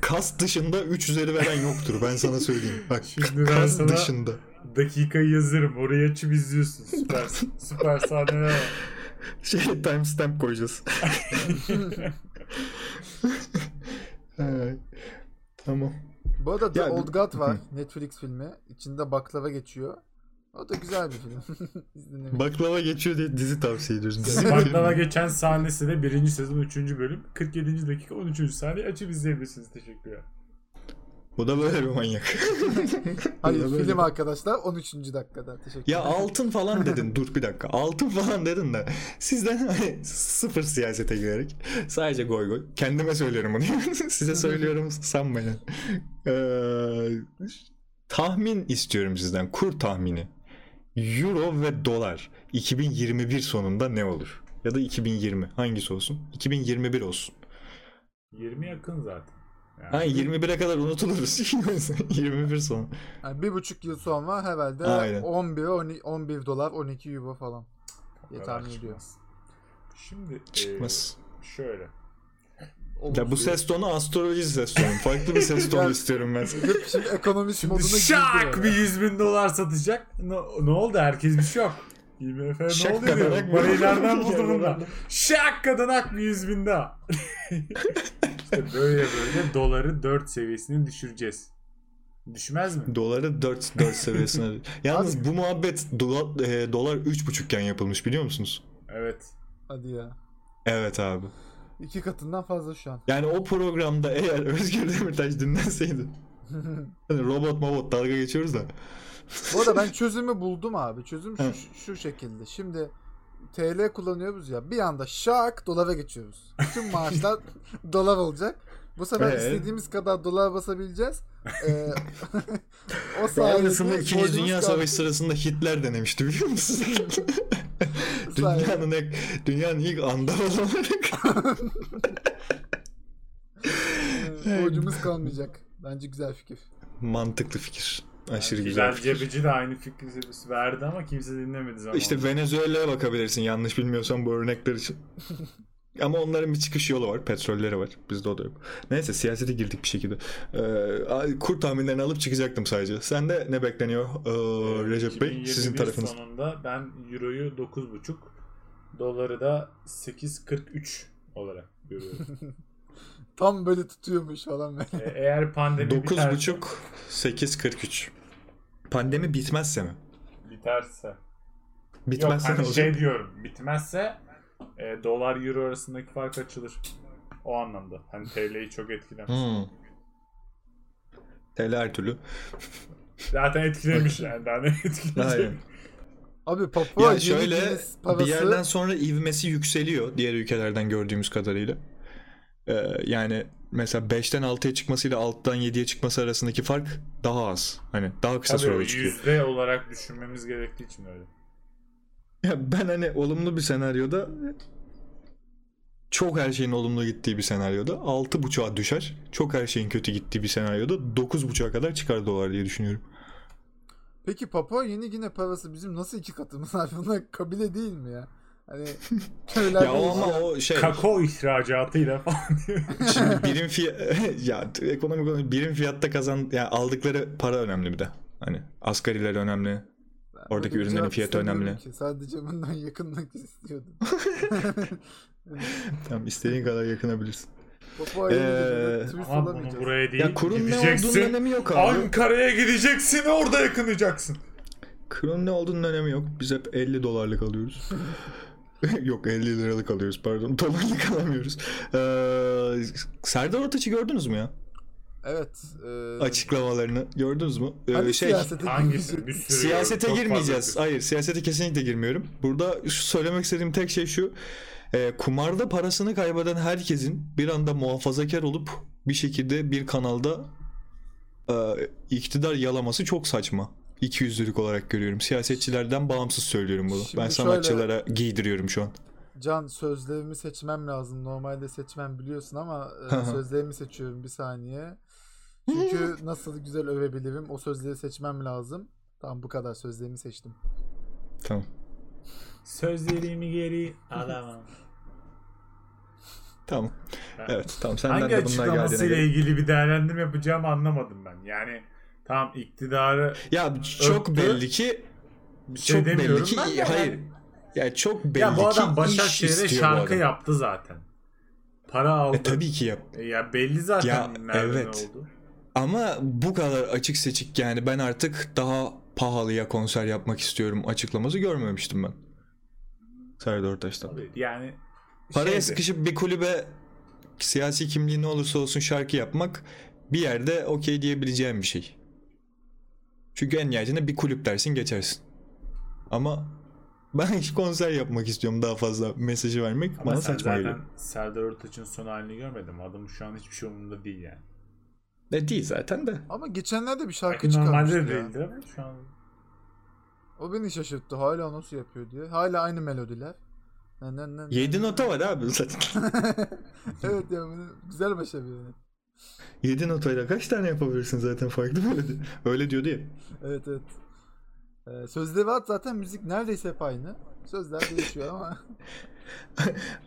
Speaker 2: kas dışında 3 üzeri veren yoktur ben sana söyleyeyim. Bak
Speaker 5: Şimdi ben
Speaker 2: kas
Speaker 5: sana-
Speaker 2: dışında.
Speaker 5: Dakikayı yazarım. Orayı açıp izliyorsun. Süper, süper sahneler var.
Speaker 2: Şey timestamp koyacağız. Ay, tamam.
Speaker 3: Bu arada The
Speaker 2: Ya-
Speaker 3: Old God var. Netflix filmi. İçinde baklava geçiyor. O da güzel bir film. İzlenebilir.
Speaker 2: Baklava geçiyor diye dizi tavsiye ediyoruz. Dizi
Speaker 5: Baklava geçen sahnesi de 1. sezon 3. bölüm. 47. dakika 13. saniye açıp izleyebilirsiniz. Teşekkürler.
Speaker 2: Bu da böyle bir manyak.
Speaker 3: Hayır
Speaker 2: Böyle.
Speaker 3: film arkadaşlar 13. dakikada. Teşekkür
Speaker 2: Ya altın falan dedin. Dur bir dakika. Altın falan dedin de sizden hani sıfır siyasete girerek sadece goy goy. Kendime söylüyorum bunu. Size söylüyorum sanmayın. Ee, tahmin istiyorum sizden. Kur tahmini. Euro ve dolar 2021 sonunda ne olur? Ya da 2020 hangisi olsun? 2021 olsun.
Speaker 5: 20 yakın zaten. Yani
Speaker 2: Ha 21'e kadar unutuluruz. 21 son.
Speaker 3: Yani bir buçuk yıl sonra herhalde
Speaker 2: Aynen.
Speaker 3: 11, 10 11 dolar 12 euro falan.
Speaker 5: o
Speaker 3: diye
Speaker 5: kadar
Speaker 3: tahmin ediyorum.
Speaker 5: çıkmaz. Şimdi
Speaker 2: Çıkmaz.
Speaker 5: e, şöyle.
Speaker 2: Ya bu ses tonu astroloji ses tonu. Farklı bir ses tonu istiyorum ben.
Speaker 3: Hep şimdi ekonomist moduna girdi.
Speaker 5: Şak
Speaker 3: yani.
Speaker 5: bir 100 bin dolar satacak. Ne, ne oldu? Herkes bir şok. IMF ne
Speaker 2: Şak
Speaker 5: oldu diyor.
Speaker 2: kadanak
Speaker 5: Parayı
Speaker 2: mı?
Speaker 5: nereden buldu bunlar? Şak kadanak bir 100 bin daha. işte böyle böyle doları 4 seviyesine düşüreceğiz. Düşmez mi?
Speaker 2: Doları 4 4 seviyesine. Yalnız bu muhabbet dola, e, dolar 3.5 iken yapılmış biliyor musunuz?
Speaker 5: Evet.
Speaker 3: Hadi ya.
Speaker 2: Evet abi.
Speaker 3: iki katından fazla şu an.
Speaker 2: Yani o programda eğer Özgür Demirtaş dinlenseydi. hani robot mobot dalga geçiyoruz da.
Speaker 3: Bu arada ben çözümü buldum abi. Çözüm şu,
Speaker 2: Hı.
Speaker 3: şu şekilde. Şimdi TL kullanıyoruz ya. Bir anda şak dolara geçiyoruz. Bütün maaşlar dolar olacak. Bu sefer
Speaker 2: Ee?
Speaker 3: istediğimiz kadar dolar basabileceğiz. Ee, o
Speaker 2: Aynısını
Speaker 3: sayede
Speaker 2: 2. Dünya
Speaker 3: borcumuz
Speaker 2: Savaşı sırasında Hitler denemişti biliyor musun?
Speaker 3: kaldı. Sayede-
Speaker 2: dünyanın, ek, dünyanın ilk andaval olarak.
Speaker 3: Ee, borcumuz kalmayacak. Bence güzel fikir.
Speaker 2: Mantıklı fikir. Aşırı güzel.
Speaker 5: Güzel cebici de aynı fikri verdi ama kimse dinlemedi zamanında.
Speaker 2: İşte Venezuela'ya bakabilirsin yanlış bilmiyorsan bu örnekler için. Ama onların bir çıkış yolu var. Petrolleri var. Bizde o da yok. Neyse siyasete girdik bir şekilde. Ee, ay, kur tahminlerini alıp çıkacaktım sadece. Sende ne bekleniyor ee,
Speaker 5: Ee,
Speaker 2: Recep Bey?
Speaker 5: 2021
Speaker 2: Sizin tarafınız.
Speaker 5: sonunda ben Euro'yu 9.5 doları da 8.43 olarak görüyorum.
Speaker 3: Tam böyle tutuyormuş falan böyle.
Speaker 5: Ee, Eğer pandemi biterse,
Speaker 2: 9.5 8.43 Pandemi bitmezse mi?
Speaker 5: biterse
Speaker 2: Bitmezse
Speaker 5: Yok
Speaker 2: ne
Speaker 5: hani
Speaker 2: olacak?
Speaker 5: şey diyorum. Bitmezse e, dolar euro arasındaki fark açılır. O anlamda. Hani TL'yi çok etkilemez.
Speaker 2: Hmm. TL her türlü.
Speaker 5: Zaten etkilemiş yani. Daha ne etkileyecek?
Speaker 2: Aynen.
Speaker 3: Abi Papua
Speaker 2: Ya
Speaker 3: Yeni
Speaker 2: şöyle
Speaker 3: Gines
Speaker 2: bir
Speaker 3: parası-
Speaker 2: yerden sonra ivmesi yükseliyor diğer ülkelerden gördüğümüz kadarıyla. Ee, yani mesela 5'ten 6'ya çıkmasıyla 6'dan 7'ye çıkması arasındaki fark daha az. Hani daha kısa
Speaker 5: Tabii
Speaker 2: sürede çıkıyor.
Speaker 5: yüzde olarak düşünmemiz gerektiği için öyle.
Speaker 2: Ya ben hani olumlu bir senaryoda çok her şeyin olumlu gittiği bir senaryoda 6.5'a düşer. Çok her şeyin kötü gittiği bir senaryoda 9.5'a kadar çıkar dolar diye düşünüyorum.
Speaker 3: Peki Papua Yeni Gine parası bizim nasıl iki katımız abi? Bunlar kabile değil mi ya? Hani köylerde
Speaker 2: ya o ama
Speaker 3: yaşayan-
Speaker 2: o şey
Speaker 5: Kakao ihracatıyla falan.
Speaker 2: Şimdi birim fiyat ya ekonomik olarak birim fiyatta kazan yani aldıkları para önemli bir de. Hani asgariler önemli.
Speaker 3: Ben
Speaker 2: Oradaki
Speaker 3: böyle bir
Speaker 2: ürünlerin
Speaker 3: cevap
Speaker 2: fiyatı
Speaker 3: istemiyorum
Speaker 2: önemli.
Speaker 3: ki. Sadece bundan yakınlık istiyordum.
Speaker 2: Tamam istediğin kadar yakınabilirsin.
Speaker 3: Papua Yeni
Speaker 2: Ee,
Speaker 3: Gine'de turist
Speaker 5: Ama bunu
Speaker 3: olamayacağız.
Speaker 5: buraya değil.
Speaker 2: Ya kurun ne olduğunun
Speaker 5: gideceksin.
Speaker 2: önemi yok abi.
Speaker 5: Ankara'ya gideceksin orada yakınacaksın.
Speaker 2: Kurun ne olduğunun önemi yok. Biz hep 50 dolarlık alıyoruz. yok 50 liralık alıyoruz pardon. Dolarlık alamıyoruz. Ee, Serdar Ortaç'ı gördünüz mü ya?
Speaker 3: Evet. E,
Speaker 2: Açıklamalarını gördünüz mü? Ee,
Speaker 3: hani
Speaker 2: şey
Speaker 3: siyasete
Speaker 5: Hangisi?
Speaker 3: girecek.
Speaker 5: Bir sürü
Speaker 2: Siyasete
Speaker 5: çok fazla
Speaker 2: girmeyeceğiz.
Speaker 5: sürü.
Speaker 2: Hayır, siyasete kesinlikle girmiyorum. Burada şu söylemek istediğim tek şey şu. e, kumarda parasını kaybeden herkesin bir anda muhafazakar olup bir şekilde bir kanalda e, iktidar yalaması çok saçma. 200'lülük olarak görüyorum. Siyasetçilerden bağımsız söylüyorum bunu.
Speaker 3: Şimdi
Speaker 2: ben
Speaker 3: şöyle-
Speaker 2: sanatçılara giydiriyorum şu an.
Speaker 3: Can sözlerimi seçmem lazım. Normalde seçmem biliyorsun ama e,
Speaker 2: Hı hı.
Speaker 3: sözlerimi seçiyorum bir saniye. Çünkü nasıl güzel övebilirim. O sözleri seçmem lazım. Tamam bu kadar sözlerimi seçtim.
Speaker 2: Tamam.
Speaker 5: Sözlerimi geri alamam.
Speaker 2: Tamam. Evet, tamam. Senden
Speaker 5: Hangi
Speaker 2: de bunlar geldiğine
Speaker 5: açıklamasıyla
Speaker 2: göre.
Speaker 5: ilgili bir değerlendirme yapacağımı anlamadım ben. Yani tam iktidarı
Speaker 2: Ya çok
Speaker 5: Öptü.
Speaker 2: belli ki
Speaker 5: bir şey
Speaker 2: çok belli
Speaker 5: demiyorum
Speaker 2: ki
Speaker 5: ben de
Speaker 2: hayır.
Speaker 5: yani-
Speaker 2: Ya çok belli
Speaker 5: Ya bu adam
Speaker 2: ki iş
Speaker 5: Başakşehir'e
Speaker 2: istiyor bu
Speaker 5: şarkı
Speaker 2: adam.
Speaker 5: yaptı zaten. Para aldı.
Speaker 2: E tabii ki yap.
Speaker 5: E ya belli zaten
Speaker 2: Ya
Speaker 5: nereden
Speaker 2: evet.
Speaker 5: oldu.
Speaker 2: Ama bu kadar açık seçik yani ben artık daha pahalıya konser yapmak istiyorum açıklaması görmemiştim ben. Serdar Ortaç'tan.
Speaker 5: Tabii Yani şey
Speaker 2: Paraya
Speaker 5: şeydi.
Speaker 2: sıkışıp bir kulübe siyasi kimliği ne olursa olsun şarkı yapmak bir yerde okey diyebileceğim bir şey. Çünkü en nihayetinde bir kulüp dersin geçersin. Ama ben hiç konser yapmak istiyorum daha fazla mesajı vermek
Speaker 5: Ama
Speaker 2: bana
Speaker 5: sen
Speaker 2: saçma
Speaker 5: zaten
Speaker 2: geliyor.
Speaker 5: Serdar Ortaç'ın son halini görmedim. Adamın şu an hiçbir şey umurunda değil yani.
Speaker 2: Ne E, değil zaten de.
Speaker 3: Ama geçenlerde bir şarkı
Speaker 5: Belki normalde
Speaker 3: çıkarmıştı
Speaker 5: de
Speaker 3: ya.
Speaker 5: değildir ama şu an
Speaker 3: O beni şaşırttı. Hala nasıl yapıyor diye. Hala aynı melodiler. Ne, ne, ne, ne.
Speaker 2: 7 nota var abi zaten.
Speaker 3: evet ya bunu güzel başarıyor. yani.
Speaker 2: 7 notayla kaç tane yapabilirsin zaten farklı böyle di- Öyle diyordu ya.
Speaker 3: Evet evet. Ee, sözleri at zaten müzik neredeyse hep aynı. Sözler değişiyor ama.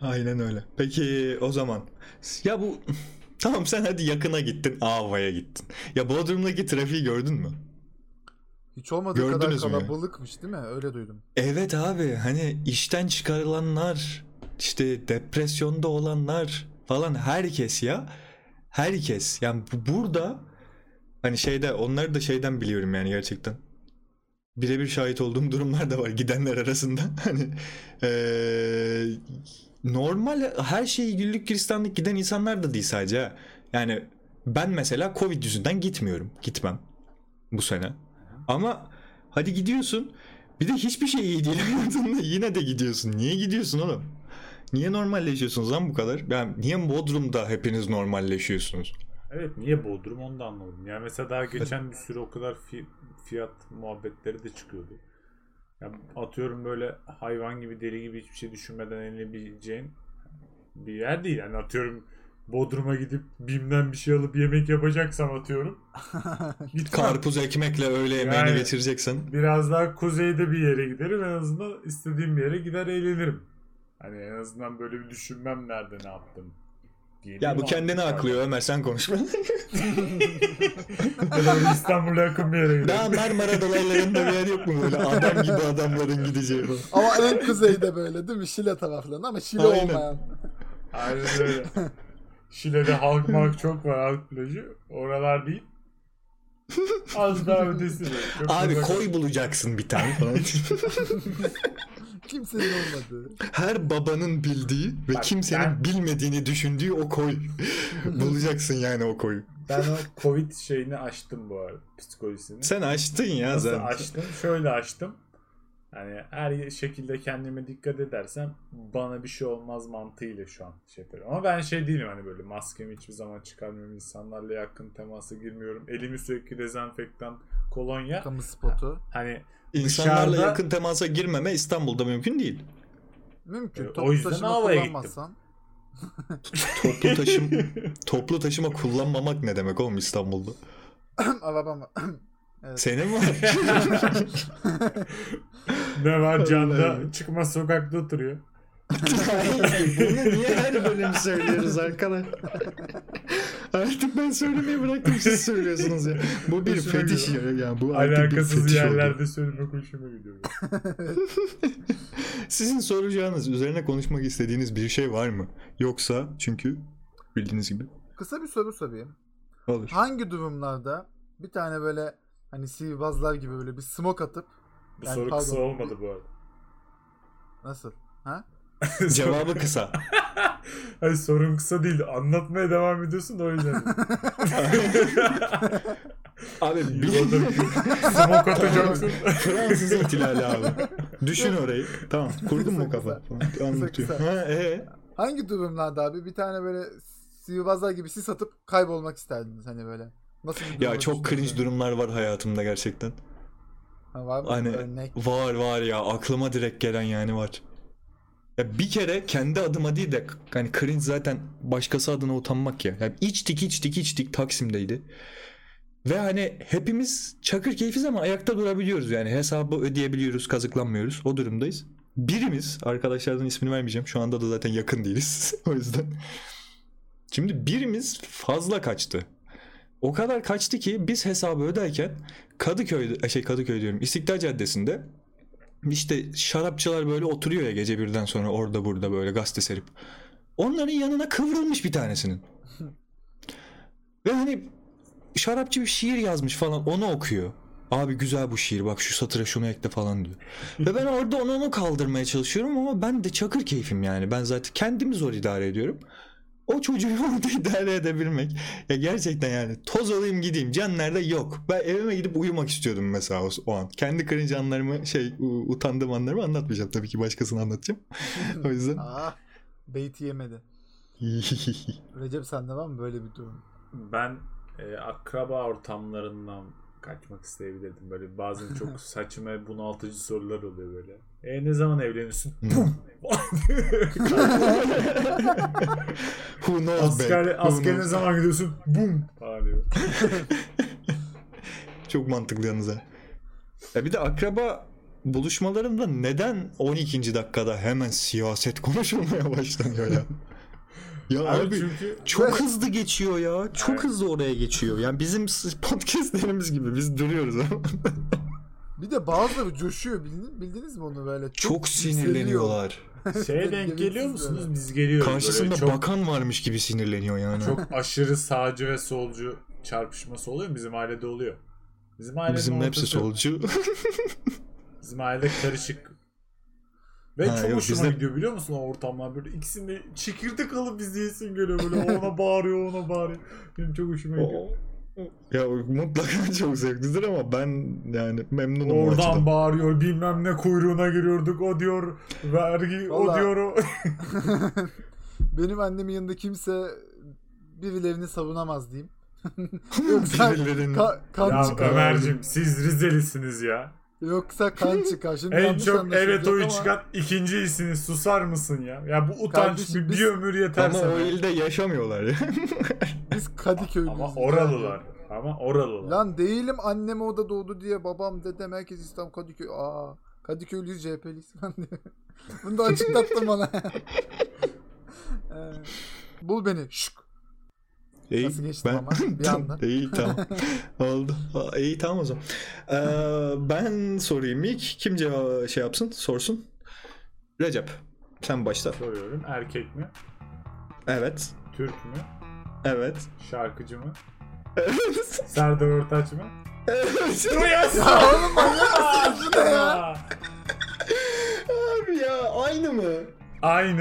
Speaker 2: Aynen öyle. Peki o zaman. Ya bu... Tamam sen hadi yakına gittin. Ava'ya gittin. Ya Bodrum'daki trafiği gördün mü?
Speaker 3: Hiç olmadığı kadar
Speaker 2: Gördünüz mü?
Speaker 3: kalabalıkmış değil mi? Öyle duydum.
Speaker 2: Evet abi hani işten çıkarılanlar işte depresyonda olanlar falan herkes ya herkes yani bu- burada hani şeyde onları da şeyden biliyorum yani gerçekten birebir şahit olduğum durumlar da var gidenler arasında. Hani eee, normal her şeyi güllük gülistanlık giden insanlar da değil sadece. ha. Yani ben mesela Covid yüzünden gitmiyorum. Gitmem bu sene. Ama hadi gidiyorsun. Bir de hiçbir şey iyi değil hayatında yine de gidiyorsun. Niye gidiyorsun oğlum? Niye normalleşiyorsunuz lan bu kadar? Yani niye Bodrum'da hepiniz normalleşiyorsunuz?
Speaker 5: Evet niye Bodrum onu da anlamadım. Yani mesela daha geçen bir sürü o kadar fi- fiyat muhabbetleri de çıkıyordu. Yani atıyorum böyle hayvan gibi deli gibi hiçbir şey düşünmeden elinebileceğin bir yer değil. Yani atıyorum Bodrum'a gidip BİM'den bir şey alıp yemek yapacaksam atıyorum. Gitmem.
Speaker 2: Karpuz ekmekle öğle yemeğini
Speaker 5: Yani.
Speaker 2: getireceksin.
Speaker 5: Biraz daha kuzeyde bir yere giderim. En azından istediğim bir yere gider eğlenirim. Hani en azından böyle bir düşünmem nerede ne yaptım. diye
Speaker 2: Ya
Speaker 5: bir
Speaker 2: bu kendini
Speaker 5: mantık var.
Speaker 2: aklıyor Ömer sen konuşma.
Speaker 5: Böyle İstanbul'a yakın bir yere giderim.
Speaker 2: Daha Marmara dolaylarında bir yer yok mu böyle adam gibi adamların gideceği?
Speaker 3: Ama en kuzeyde böyle değil mi? Şile taraflarında ama Şile
Speaker 2: Aynen.
Speaker 3: olmayan.
Speaker 5: Aynen öyle. Şile'de halk mark çok var halk plajı. Oralar değil. Az daha ötesi böyle. Çok
Speaker 2: Abi
Speaker 5: uzak.
Speaker 2: koy bulacaksın bir tane falan.
Speaker 3: Kimsenin olmadığı.
Speaker 2: Her babanın bildiği ve
Speaker 5: Bak,
Speaker 2: kimsenin
Speaker 5: ben-
Speaker 2: bilmediğini düşündüğü o koy. bulacaksın yani o koyu.
Speaker 5: Ben o Covid şeyini açtım bu arada. Psikolojisini.
Speaker 2: Sen açtın ya
Speaker 5: Nasıl
Speaker 2: zaten.
Speaker 5: açtım? Şöyle açtım. Hani her şekilde kendime dikkat edersem bana bir şey olmaz mantığıyla şu an şey yapıyorum. Ama ben şey değilim hani böyle maskemi hiçbir zaman çıkarmıyorum. insanlarla yakın temasa girmiyorum. Elimi sürekli dezenfektan, kolonya.
Speaker 3: Kamu spotu.
Speaker 5: Hani
Speaker 2: İnsanlarla
Speaker 5: Dışarıda-
Speaker 2: yakın temasa girmeme İstanbul'da mümkün değil.
Speaker 3: Mümkün.
Speaker 5: E, o
Speaker 3: Toplu
Speaker 5: yüzden
Speaker 3: taşıma
Speaker 5: havaya
Speaker 3: kullanmazsan.
Speaker 2: Toplu taşım toplu taşıma kullanmamak ne demek oğlum İstanbul'da?
Speaker 3: Arabam
Speaker 2: Senin var.
Speaker 5: Ne var
Speaker 2: Vallahi.
Speaker 5: canda? Çıkmaz sokakta oturuyor.
Speaker 2: Bunu niye her bölüm söylüyoruz arkadaş? Artık ben söylemeyi bıraktım siz söylüyorsunuz ya. Bu bir
Speaker 5: Hoşuma
Speaker 2: fetiş ya.
Speaker 5: gidiyor.
Speaker 2: Yani bu artık bir
Speaker 5: Alakasız
Speaker 2: fetiş
Speaker 5: yerlerde
Speaker 2: oldu.
Speaker 5: söylemek hoşuma gidiyor.
Speaker 2: Sizin soracağınız, üzerine konuşmak istediğiniz bir şey var mı? Yoksa çünkü bildiğiniz gibi
Speaker 3: Kısa bir soru sorayım.
Speaker 2: olur.
Speaker 3: Hangi durumlarda bir tane böyle hani sihirbazlar gibi böyle bir smoke atıp
Speaker 5: Bu
Speaker 3: Yani
Speaker 5: soru kısa
Speaker 3: pardon.
Speaker 5: olmadı bu arada.
Speaker 3: nasıl?
Speaker 2: Cevabı kısa.
Speaker 5: Hayır sorun kısa değil. Anlatmaya devam ediyorsun da o yüzden.
Speaker 2: Abi bir
Speaker 5: Yolda Smoke atacaksın.
Speaker 2: Fransız ihtilali abi. Düşün orayı. Tamam. Kurdun mu kafa? Anlatıyor.
Speaker 3: Kısa,
Speaker 2: Ha, ee?
Speaker 3: Hangi durumlarda abi bir tane böyle sihirbazlar gibi sis atıp kaybolmak isterdiniz hani böyle? Nasıl bir duruma
Speaker 2: Ya çok
Speaker 3: düştünüz?
Speaker 2: cringe durumlar var hayatımda gerçekten.
Speaker 3: Ha, var mı?
Speaker 2: Hani-
Speaker 3: Örnek.
Speaker 2: Var var ya aklıma direkt gelen yani var. Ya bir kere kendi adıma değil de hani cringe zaten başkası adına utanmak ya. Yani içtik içtik içtik Taksim'deydi. Ve hani hepimiz çakır keyfiz ama ayakta durabiliyoruz yani hesabı ödeyebiliyoruz kazıklanmıyoruz o durumdayız. Birimiz arkadaşlardan ismini vermeyeceğim şu anda da zaten yakın değiliz o yüzden. Şimdi birimiz fazla kaçtı. O kadar kaçtı ki biz hesabı öderken Kadıköy'de şey Kadıköy diyorum İstiklal Caddesi'nde işte şarapçılar böyle oturuyor ya gece birden sonra orada burada böyle gazete serip. Onların yanına kıvrılmış bir tanesinin. Ve hani şarapçı bir şiir yazmış falan onu okuyor. Abi güzel bu şiir bak şu satıra şunu ekle falan diyor. Ve ben orada onu onu kaldırmaya çalışıyorum ama ben de çakır keyfim yani. Ben zaten kendimi zor idare ediyorum. O çocuğu orada idare edebilmek. Ya gerçekten yani toz olayım gideyim. Can nerede yok. Ben evime gidip uyumak istiyordum mesela o, o an. Kendi cringe anlarımı şey u- utandığım anlarımı anlatmayacağım tabii ki başkasına anlatacağım. o yüzden.
Speaker 3: Ah, beyti yemedi. Recep sende var mı böyle bir durum?
Speaker 5: Ben e, akraba ortamlarından kaçmak isteyebilirdim. Böyle bazen çok saçma bunaltıcı sorular oluyor böyle. E ne zaman evleniyorsun?
Speaker 2: Who knows babe?
Speaker 5: asker,
Speaker 2: Who
Speaker 5: askere ne
Speaker 2: knows?
Speaker 5: zaman gidiyorsun? Bum! Falan diyor.
Speaker 2: Çok mantıklı yalnız ha. Ya bir de akraba buluşmalarında neden 12. dakikada hemen siyaset konuşulmaya başlanıyor ya? ya abi,
Speaker 5: Abi çünkü
Speaker 2: çok hızlı geçiyor ya. Çok
Speaker 5: Evet.
Speaker 2: hızlı oraya geçiyor. Yani bizim podcastlerimiz gibi biz duruyoruz ama.
Speaker 3: Bir de bazıları coşuyor bildiniz, bildiniz mi onu böyle?
Speaker 2: Çok
Speaker 3: yükseliyor.
Speaker 2: sinirleniyorlar.
Speaker 5: şeye denk geliyor musunuz? Biz geliyoruz. böyle.
Speaker 2: Karşısında
Speaker 5: çok,
Speaker 2: bakan varmış gibi sinirleniyor yani.
Speaker 5: çok aşırı sağcı ve solcu çarpışması oluyor. Bizim ailede oluyor. Bizim ailenin
Speaker 2: Bizim hepsi
Speaker 5: ortası-
Speaker 2: solcu.
Speaker 5: Bizim ailede karışık. Ve
Speaker 2: Ha,
Speaker 5: çok
Speaker 2: yok,
Speaker 5: hoşuma
Speaker 2: bizde-
Speaker 5: gidiyor biliyor musun o ortamlar böyle ikisini çekirdek alıp izleyesin geliyor böyle ona bağırıyor ona bağırıyor. Benim çok hoşuma gidiyor.
Speaker 2: ya mutlaka çok zevklidir ama ben yani memnunum o
Speaker 5: Oradan
Speaker 2: açıdan.
Speaker 5: bağırıyor bilmem ne kuyruğuna giriyorduk o diyor vergi o
Speaker 3: Vallahi-
Speaker 5: diyor o.
Speaker 3: Benim annemin yanında kimse birilerini savunamaz diyeyim. Yoksa
Speaker 2: Birilerinin-
Speaker 3: ka- kan
Speaker 5: ya
Speaker 3: çıkar.
Speaker 5: Ömer'cim siz Rizelisiniz ya.
Speaker 3: Yoksa kan çıkar. Şimdi
Speaker 5: en
Speaker 3: yanlış
Speaker 5: çok
Speaker 3: anlaşılacak
Speaker 5: evet oyu
Speaker 3: ama
Speaker 5: çıkan ikincisiniz susar mısın ya? Ya bu utanç
Speaker 3: Kardeşim,
Speaker 5: bir,
Speaker 3: biz-
Speaker 5: bir ömür yeter
Speaker 2: Ama
Speaker 5: sana.
Speaker 2: o ilde yaşamıyorlar ya.
Speaker 3: Biz Kadıköylüyüz.
Speaker 5: Ama
Speaker 3: biz
Speaker 5: oralılar.
Speaker 3: yani.
Speaker 5: Ama oralılar.
Speaker 3: Lan değilim annem orada doğdu diye babam dedem herkes İslam Kadıköy. Aa Kadıköylüyüz CHP'liyiz falan diye. Bunu da açıklattın bana. Ee, Bul beni. Şık.
Speaker 2: İyi,
Speaker 3: Nasıl geçtim ama bir
Speaker 2: Tam-
Speaker 3: anda.
Speaker 2: İyi tamam. Oldu. Aa, İyi tamam o zaman. Ee, ben sorayım ilk. Kim cevap şey yapsın? Sorsun. Recep. Sen başla.
Speaker 5: Soruyorum erkek mi?
Speaker 2: Evet.
Speaker 5: Türk mü?
Speaker 2: Evet.
Speaker 5: Şarkıcı mı?
Speaker 2: Evet.
Speaker 5: Serdar Ortaç mı?
Speaker 2: Evet.
Speaker 5: Duyasın!
Speaker 3: Ya oğlum manyak mısın? Bu ne ya?
Speaker 2: Abi ya aynı mı?
Speaker 5: Aynı.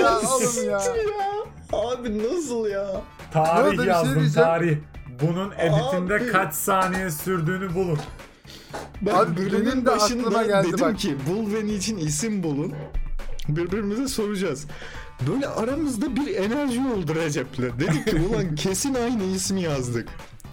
Speaker 3: Ya
Speaker 2: Abi,
Speaker 3: oğlum ya.
Speaker 2: siktir ya. Abi nasıl ya?
Speaker 3: arada bir
Speaker 5: Tarih
Speaker 3: şey
Speaker 5: yazdım
Speaker 3: diyeceğim.
Speaker 5: tarih. Bunun editinde
Speaker 2: Abi.
Speaker 5: kaç saniye sürdüğünü bulun.
Speaker 2: Ben
Speaker 3: Abi benim
Speaker 2: bölümün
Speaker 3: de aklıma
Speaker 2: başında
Speaker 3: geldi
Speaker 2: dedim
Speaker 3: bak.
Speaker 2: ki bul ve niçin isim bulun. Birbirimize soracağız. Böyle aramızda bir enerji oldu Recep'le. Dedik ki ulan kesin aynı ismi yazdık.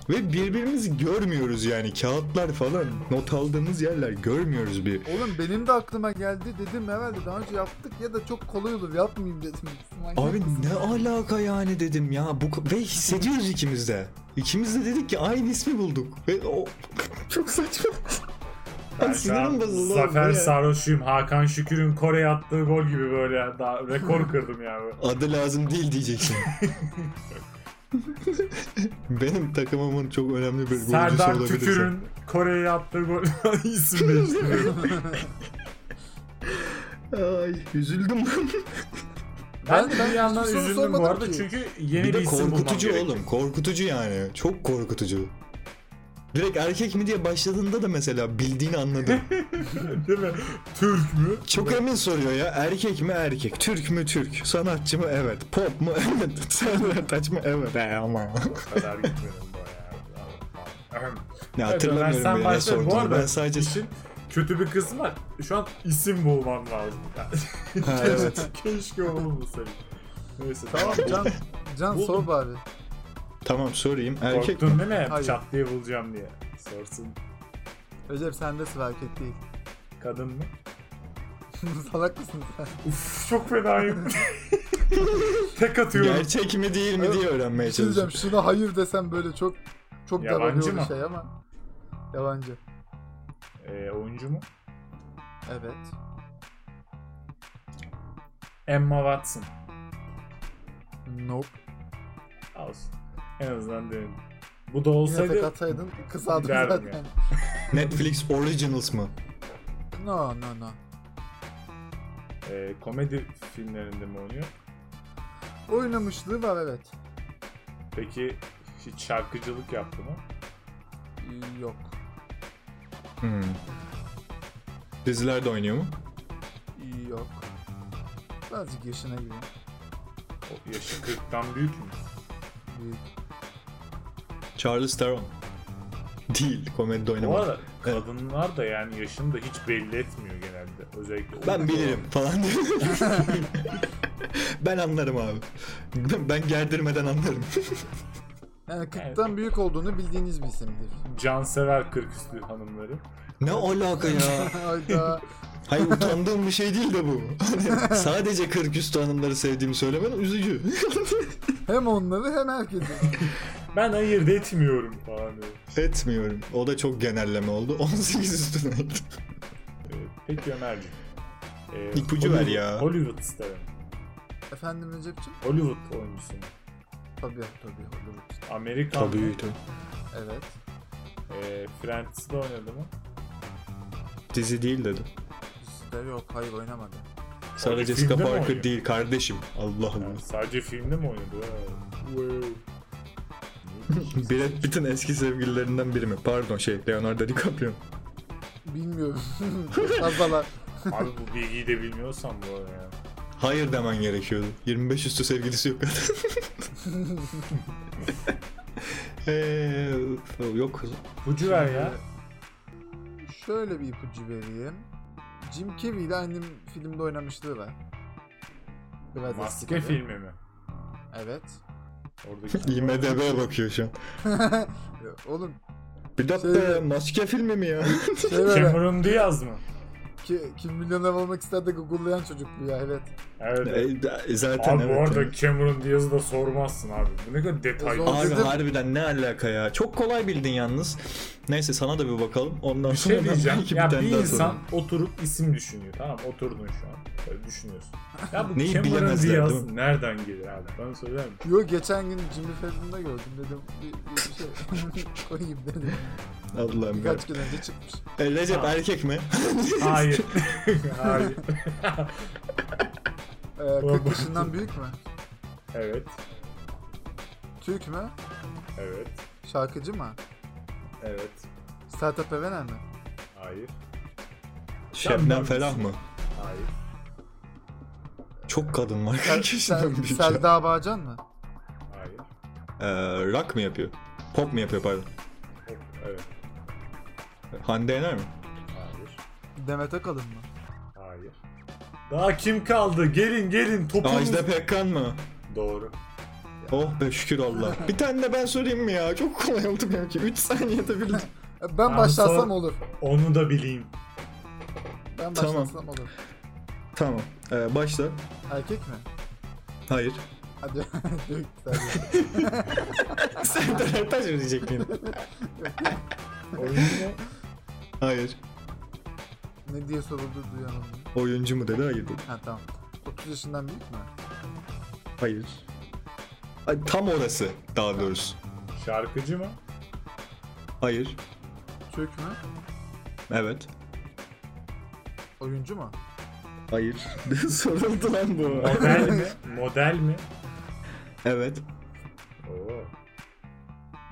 Speaker 2: Ve birbirimizi görmüyoruz yani kağıtlar falan not aldığımız yerler görmüyoruz bir.
Speaker 3: Oğlum benim de aklıma geldi dedim herhalde daha önce yaptık ya da çok kolay olur yapmayayım dedim. Manyak
Speaker 2: Abi
Speaker 3: mısın?
Speaker 2: ne alaka yani dedim ya bu ve hissediyoruz ikimiz de. İkimiz de dedik ki aynı ismi bulduk ve o çok saçma.
Speaker 5: Ben
Speaker 2: Ay,
Speaker 5: şu
Speaker 2: sinirim
Speaker 5: an
Speaker 2: bozuldu oğlum,
Speaker 5: Zafer
Speaker 2: bu ne?
Speaker 5: sarhoşuyum. Hakan Şükür'ün Kore'ye attığı gol gibi böyle ya. Daha rekor kırdım ya. böyle.
Speaker 2: Adı lazım değil diyeceksin. Benim takımımın çok önemli bir golcüsü
Speaker 5: Serdar
Speaker 2: olabilirsin.
Speaker 5: Tükür'ün Kore'ye attığı gol isim değiştiriyor.
Speaker 2: Ay üzüldüm.
Speaker 5: Ben,
Speaker 3: Ben-
Speaker 5: de
Speaker 3: ben
Speaker 5: bir yandan
Speaker 3: hiçbir soru
Speaker 5: üzüldüm bu
Speaker 3: sormadım
Speaker 5: arada
Speaker 3: ki.
Speaker 5: çünkü yeni
Speaker 2: bir
Speaker 5: bir,
Speaker 2: de
Speaker 5: isim bulmam
Speaker 2: korkutucu
Speaker 5: gerekiyor.
Speaker 2: oğlum. Korkutucu yani. Çok korkutucu. Direkt erkek mi diye başladığında da mesela bildiğini anladım.
Speaker 5: Değil mi? Türk mü?
Speaker 2: Çok emin soruyor ya. Erkek mi erkek? Türk mü Türk? Sanatçı mı? Evet. Pop mu? Evet. Sanatçı mı? Evet. E, ama.
Speaker 5: kadar gitmedim bu ya.
Speaker 2: Ne
Speaker 5: Evet,
Speaker 2: hatırlamıyorum
Speaker 5: Ömer, sen
Speaker 2: bile ne
Speaker 5: başla. Bu
Speaker 2: sorduğunu.
Speaker 5: arada şey-
Speaker 2: Ben sadece...
Speaker 5: İşin kötü bir kısmı var. Şu an isim bulmam lazım.
Speaker 2: Ha, evet.
Speaker 5: Keşke o olmasaydı. Neyse tamam
Speaker 3: Tamam Can, Can
Speaker 5: Buldum.
Speaker 3: sor bari.
Speaker 2: Tamam sorayım. Erkek mi?
Speaker 5: Korktun değil mi?
Speaker 3: Hayır.
Speaker 5: Çat diye bulacağım diye. Sorsun.
Speaker 3: Recep sende sıra erkek değil.
Speaker 5: Kadın mı?
Speaker 3: Salak mısın sen?
Speaker 5: Uf çok fenayım. Tek atıyorum.
Speaker 2: Gerçek mi değil mi
Speaker 3: Evet.
Speaker 2: diye
Speaker 3: Bir
Speaker 2: öğrenmeye
Speaker 3: şey diyeceğim
Speaker 2: çalışıyorum.
Speaker 3: şuna hayır desem böyle çok çok
Speaker 5: Yabancı
Speaker 3: yabancı
Speaker 5: mı?
Speaker 3: bir şey ama. Yabancı.
Speaker 5: Ee, oyuncu mu?
Speaker 3: Evet.
Speaker 5: Emma Watson.
Speaker 3: Nope.
Speaker 5: Olsun. En azından denedim. Bu da
Speaker 3: Yine tek
Speaker 5: olsaydı
Speaker 3: atsaydın kızardım
Speaker 5: Derdim
Speaker 3: zaten.
Speaker 5: yani.
Speaker 2: Netflix Originals mı?
Speaker 3: No no no.
Speaker 5: e, komedi filmlerinde mi oynuyor?
Speaker 3: Oynamışlığı var evet.
Speaker 5: Peki hiç şarkıcılık yaptı mı?
Speaker 3: Ee, Yok.
Speaker 2: Hmm. Dizilerde oynuyor mu?
Speaker 3: Ee, Yok. Birazcık yaşına gireyim.
Speaker 5: O yaşı 40'tan büyük mü?
Speaker 3: Büyük.
Speaker 2: Charles Theron. Değil, komedide
Speaker 5: Bu
Speaker 2: oynamadı.
Speaker 5: arada kadınlar da yani yaşını da hiç belli etmiyor genelde. Özellikle
Speaker 2: Ben
Speaker 5: oyuncu
Speaker 2: bilirim falan. ben anlarım abi. Ben- Ben gerdirmeden anlarım.
Speaker 3: Yani 40'tan büyük olduğunu bildiğiniz bir isimdir.
Speaker 5: olan. Cansever 40 üstü hanımları.
Speaker 2: ne alaka ya?
Speaker 3: Hayda.
Speaker 2: Hayır utandığım bir şey değil de bu. Hani sadece 40 üstü hanımları sevdiğimi söylemen üzücü.
Speaker 3: Hem onları hem herkesi.
Speaker 5: Ben ayırt etmiyorum falan diyor.
Speaker 2: Etmiyorum. O da çok genelleme oldu. 18 üstüne oldu.
Speaker 5: Ee, peki Ömerciğim. Ee,
Speaker 2: İpucu ver
Speaker 5: Hollywood,
Speaker 2: ya.
Speaker 5: Hollywood starı. mı?
Speaker 3: Efendim Recep'ciğim?
Speaker 5: Hollywood oyuncusu mu?
Speaker 3: Tabii tabii Hollywood.
Speaker 5: Amerikan mı?
Speaker 2: Tabii tabii.
Speaker 3: Evet.
Speaker 5: Ee, Friends'de oynadı mı?
Speaker 2: Dizi değil dedim.
Speaker 3: Bizde yok hayır oynamadı.
Speaker 2: Sarah
Speaker 5: Filmde
Speaker 2: Jessica
Speaker 5: mi
Speaker 2: Parker
Speaker 5: oynuyor?
Speaker 2: değil kardeşim. Allah Allah.
Speaker 5: Ee, Yani sadece filmde mi oynadı? Ha. Wow.
Speaker 2: Brad Pitt'in eski sevgililerinden biri mi? Pardon şey Leonardo DiCaprio.
Speaker 3: Bilmiyorum. Kazalar.
Speaker 5: Abi bu bilgiyi de bilmiyorsan bu arada ya.
Speaker 2: Hayır demen gerekiyordu. 25 üstü sevgilisi yok kadın. Eee, yok kızım.
Speaker 5: Bucu ver ya.
Speaker 3: Ee, Şöyle bir ipucu vereyim. Jim Carrey ile aynı filmde oynamışlığı var. Biraz eski
Speaker 5: Maske
Speaker 3: tabii.
Speaker 5: filmi mi?
Speaker 3: Evet.
Speaker 5: Oradaki
Speaker 2: IMDB'ye bakıyor şu an.
Speaker 3: Oğlum
Speaker 2: Bir dakika
Speaker 3: Şey-
Speaker 2: ya, maske filmi mi ya?
Speaker 3: şey böyle
Speaker 5: Cameron Diaz mı?
Speaker 3: ki, kim milyoner olmak ister de google'layan çocuk bu ya evet.
Speaker 5: Evet.
Speaker 2: E, Zaten
Speaker 5: Abi bu
Speaker 2: evet
Speaker 5: arada
Speaker 2: yani.
Speaker 5: Cameron Diaz'ı da sormazsın abi. Bu ne kadar detay.
Speaker 3: O zaman-
Speaker 2: Abi
Speaker 3: Dedim-
Speaker 2: harbiden ne alaka ya? Çok kolay bildin yalnız. Neyse sana da bir bakalım. Ondan
Speaker 5: Bir
Speaker 2: sonra
Speaker 5: şey
Speaker 2: ben
Speaker 5: diyeceğim.
Speaker 2: belki
Speaker 5: ya
Speaker 2: tane
Speaker 5: bir
Speaker 2: daha
Speaker 5: insan
Speaker 2: sorarım.
Speaker 5: oturup isim düşünüyor. Tamam oturdun şu an. Böyle düşünüyorsun. Ya bu
Speaker 2: Neyi
Speaker 5: Cameron
Speaker 2: bilemezler, değil
Speaker 5: Diaz nereden gelir abi? Bana söyler misin?
Speaker 3: Yo geçen gün Jimmy Fallon'da gördüm dedim. Bir, bir şey koyayım dedim.
Speaker 2: Allah'ım ya.
Speaker 3: Birkaç gün önce çıkmış.
Speaker 2: E, Recep
Speaker 5: Ha.
Speaker 2: erkek mi?
Speaker 5: Hayır. Hayır.
Speaker 3: Ee,
Speaker 5: Baba.
Speaker 3: 40 yaşından büyük mü?
Speaker 5: Evet.
Speaker 3: Türk mü?
Speaker 5: Evet.
Speaker 3: Şarkıcı mı?
Speaker 5: Evet.
Speaker 3: Sertab Erener mi?
Speaker 5: Hayır.
Speaker 2: Şebnem
Speaker 5: ben-
Speaker 2: Ferah mı?
Speaker 5: Hayır.
Speaker 2: Çok kadın var. Kaç yaşından
Speaker 3: Sen,
Speaker 2: büyük ya.
Speaker 3: Selda Bağcan mı?
Speaker 5: Hayır.
Speaker 2: Ee, rock mı yapıyor? Pop mu yapıyor pardon?
Speaker 5: Evet.
Speaker 2: Hande Yener mi?
Speaker 5: Hayır.
Speaker 3: Demet Akalın mı?
Speaker 5: Hayır. Daha kim kaldı? Gelin gelin topunuz.
Speaker 2: Ajda Pekkan mı?
Speaker 5: Doğru.
Speaker 2: Oh be şükür Allah. Bir tane de ben sorayım mı ya? Çok kolay oldu benimki. 3 saniyede bildim.
Speaker 3: Ee,
Speaker 5: Abi
Speaker 3: Ben başlasam
Speaker 5: sor-
Speaker 3: olur.
Speaker 5: Onu da bileyim.
Speaker 3: Ben
Speaker 2: Tamam.
Speaker 3: başlasam olur.
Speaker 2: tamam. Ee, başla.
Speaker 3: Erkek mi?
Speaker 2: Hayır.
Speaker 3: Hadi. Dur, sen-
Speaker 2: Serdar Ertaş mı diyecek miyim?
Speaker 5: Oyuncu mu?
Speaker 2: Hayır.
Speaker 3: ne diye soruldu duyamadım.
Speaker 2: Oyuncu mu dedi? Hayır dedi.
Speaker 3: Ha tamam. 30 yaşından büyük mü?
Speaker 2: Hayır. Ay, tam orası daha doğrusu.
Speaker 5: Şarkıcı mı?
Speaker 2: Hayır.
Speaker 3: Türk mü?
Speaker 2: Evet.
Speaker 3: Oyuncu mu?
Speaker 2: Hayır. Soruldu lan bu.
Speaker 5: Model mi? Model mi?
Speaker 2: evet.
Speaker 5: Oo.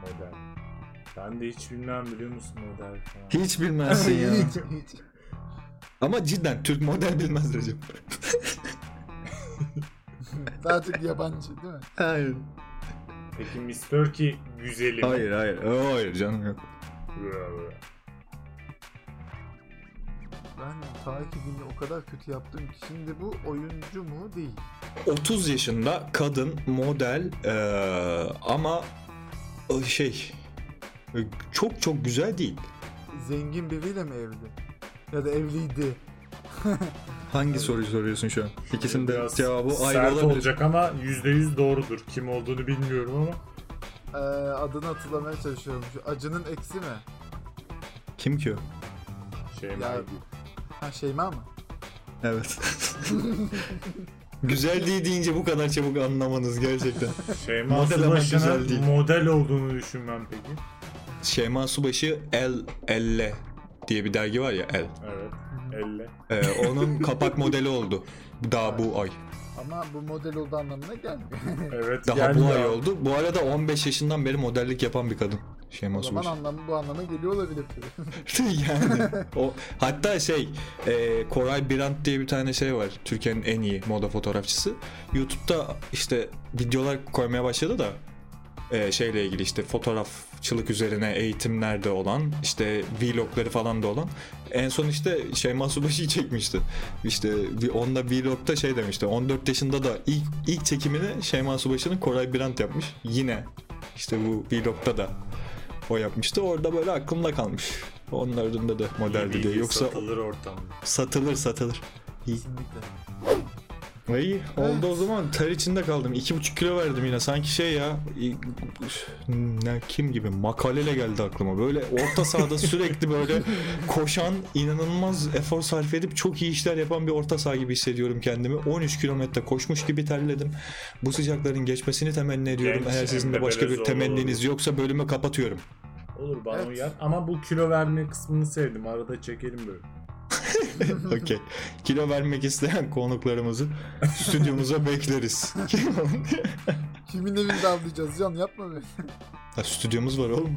Speaker 5: Model. Ben de hiç bilmem biliyor musun model falan.
Speaker 2: Hiç bilmezsin ya.
Speaker 3: Hiç, hiç.
Speaker 2: Ama cidden Türk model bilmez Recep.
Speaker 3: Daha çok yabancı değil mi?
Speaker 2: Hayır.
Speaker 5: Peki Miss Turkey güzeli mi?
Speaker 2: Hayır hayır. Hayır canım yok.
Speaker 3: Ben takibini o kadar kötü yaptım ki şimdi bu oyuncu mu değil.
Speaker 2: 30 yaşında kadın model eee, ama e, şey e, çok çok güzel değil.
Speaker 3: Zengin biriyle mi evli? Ya da evliydi.
Speaker 2: Hangi soruyu soruyorsun şu an? İkisinin de
Speaker 5: Biraz
Speaker 2: cevabı ayrı
Speaker 5: sert
Speaker 2: olabilir.
Speaker 5: olacak ama %100 doğrudur. Kim olduğunu bilmiyorum ama.
Speaker 3: Ee, adını hatırlamaya çalışıyorum. Şu acının eksi mi?
Speaker 2: Kim ki o?
Speaker 5: Şey mi?
Speaker 3: Ya- Ha Şeyma mı?
Speaker 2: Evet. güzel değil deyince bu kadar çabuk anlamanız gerçekten.
Speaker 5: Şeyma
Speaker 2: Model ama güzel değil.
Speaker 5: Subaşı'nın model olduğunu düşünmem peki.
Speaker 2: Şeyma Subaşı El Elle diye bir dergi var ya El.
Speaker 5: Evet. Elle.
Speaker 2: Ee, onun kapak modeli oldu. Daha bu ay.
Speaker 3: Ama bu model olduğu anlamına gelmiyor.
Speaker 5: Evet.
Speaker 2: Daha
Speaker 5: geldi
Speaker 2: bu ay
Speaker 5: abi.
Speaker 2: oldu. Bu arada 15 yaşından beri modellik yapan bir şey? kadın. Şeyma
Speaker 3: o zaman
Speaker 2: Subaşı.
Speaker 3: anlamı bu anlama geliyor olabilir.
Speaker 2: yani o hatta şey e, Koray Birant diye bir tane şey var Türkiye'nin en iyi moda fotoğrafçısı YouTube'da işte videolar koymaya başladı da e, şeyle ilgili işte fotoğrafçılık üzerine eğitimlerde olan işte vlogları falan da olan en son işte Şeyma Subaşı'yı çekmişti işte bir onda vlogta şey demişti 14 yaşında da ilk ilk çekimini Şeyma Subaşı'nın Koray Birant yapmış yine işte bu vlogta da o yapmıştı. Orada böyle aklımda kalmış. Onların da da
Speaker 5: İyi
Speaker 2: modeldi
Speaker 5: bilgi
Speaker 2: diye. Yoksa
Speaker 5: satılır ortamda.
Speaker 2: satılır satılır.
Speaker 3: Kesinlikle.
Speaker 2: İyi oldu o zaman ter içinde kaldım. 2,5 kilo verdim yine. Sanki şey ya üf, ne kim gibi makaleyle geldi aklıma. Böyle orta sahada sürekli böyle koşan, inanılmaz efor sarf edip çok iyi işler yapan bir orta saha gibi hissediyorum kendimi. 13 kilometre koşmuş gibi terledim. Bu sıcakların geçmesini temenni ediyorum.
Speaker 5: Genç
Speaker 2: Eğer sizin de
Speaker 5: Emre
Speaker 2: başka bir
Speaker 5: Belezoğlu
Speaker 2: temenniniz yoksa bölümü kapatıyorum.
Speaker 5: Olur bana
Speaker 3: Evet.
Speaker 5: uyar. Ama bu kilo verme kısmını sevdim. Arada çekelim böyle.
Speaker 2: Okey. Kilo vermek isteyen konuklarımızı stüdyomuza bekleriz.
Speaker 3: Kimin evinde avlayacağız Can yapma be.
Speaker 2: Ha, stüdyomuz var oğlum.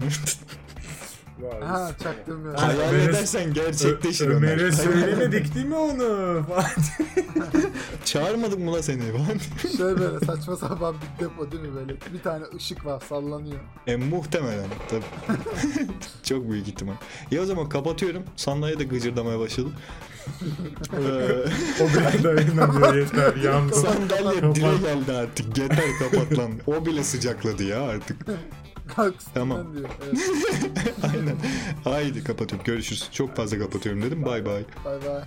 Speaker 5: Vay,
Speaker 3: Ha
Speaker 5: biz-
Speaker 3: çaktırmıyor.
Speaker 5: Ay,
Speaker 2: Hayal
Speaker 5: Ömer'e-
Speaker 2: edersen gerçekleşir
Speaker 5: Ö-
Speaker 2: Ömer.
Speaker 5: Ömer'e söylemedik değil mi onu?
Speaker 2: Çağırmadık mı la seni? falan?
Speaker 3: Şey böyle saçma sapan bir depo değil mi böyle? Bir tane ışık var sallanıyor.
Speaker 2: e, muhtemelen tabii. Çok büyük ihtimal. Ya o zaman kapatıyorum. Sandalye de gıcırdamaya başladı. Ee,
Speaker 5: o kadar da inanıyor yeter yandım.
Speaker 2: Sandalye
Speaker 5: Kapat.
Speaker 2: dile geldi artık. Yeter kapat lan. O bile sıcakladı ya artık.
Speaker 3: Kalk üstünden
Speaker 2: Tamam.
Speaker 3: diyor. Evet,
Speaker 2: Aynen. Haydi kapatıyorum. Görüşürüz. Çok fazla kapatıyorum dedim. Bay bay.
Speaker 3: bay bay.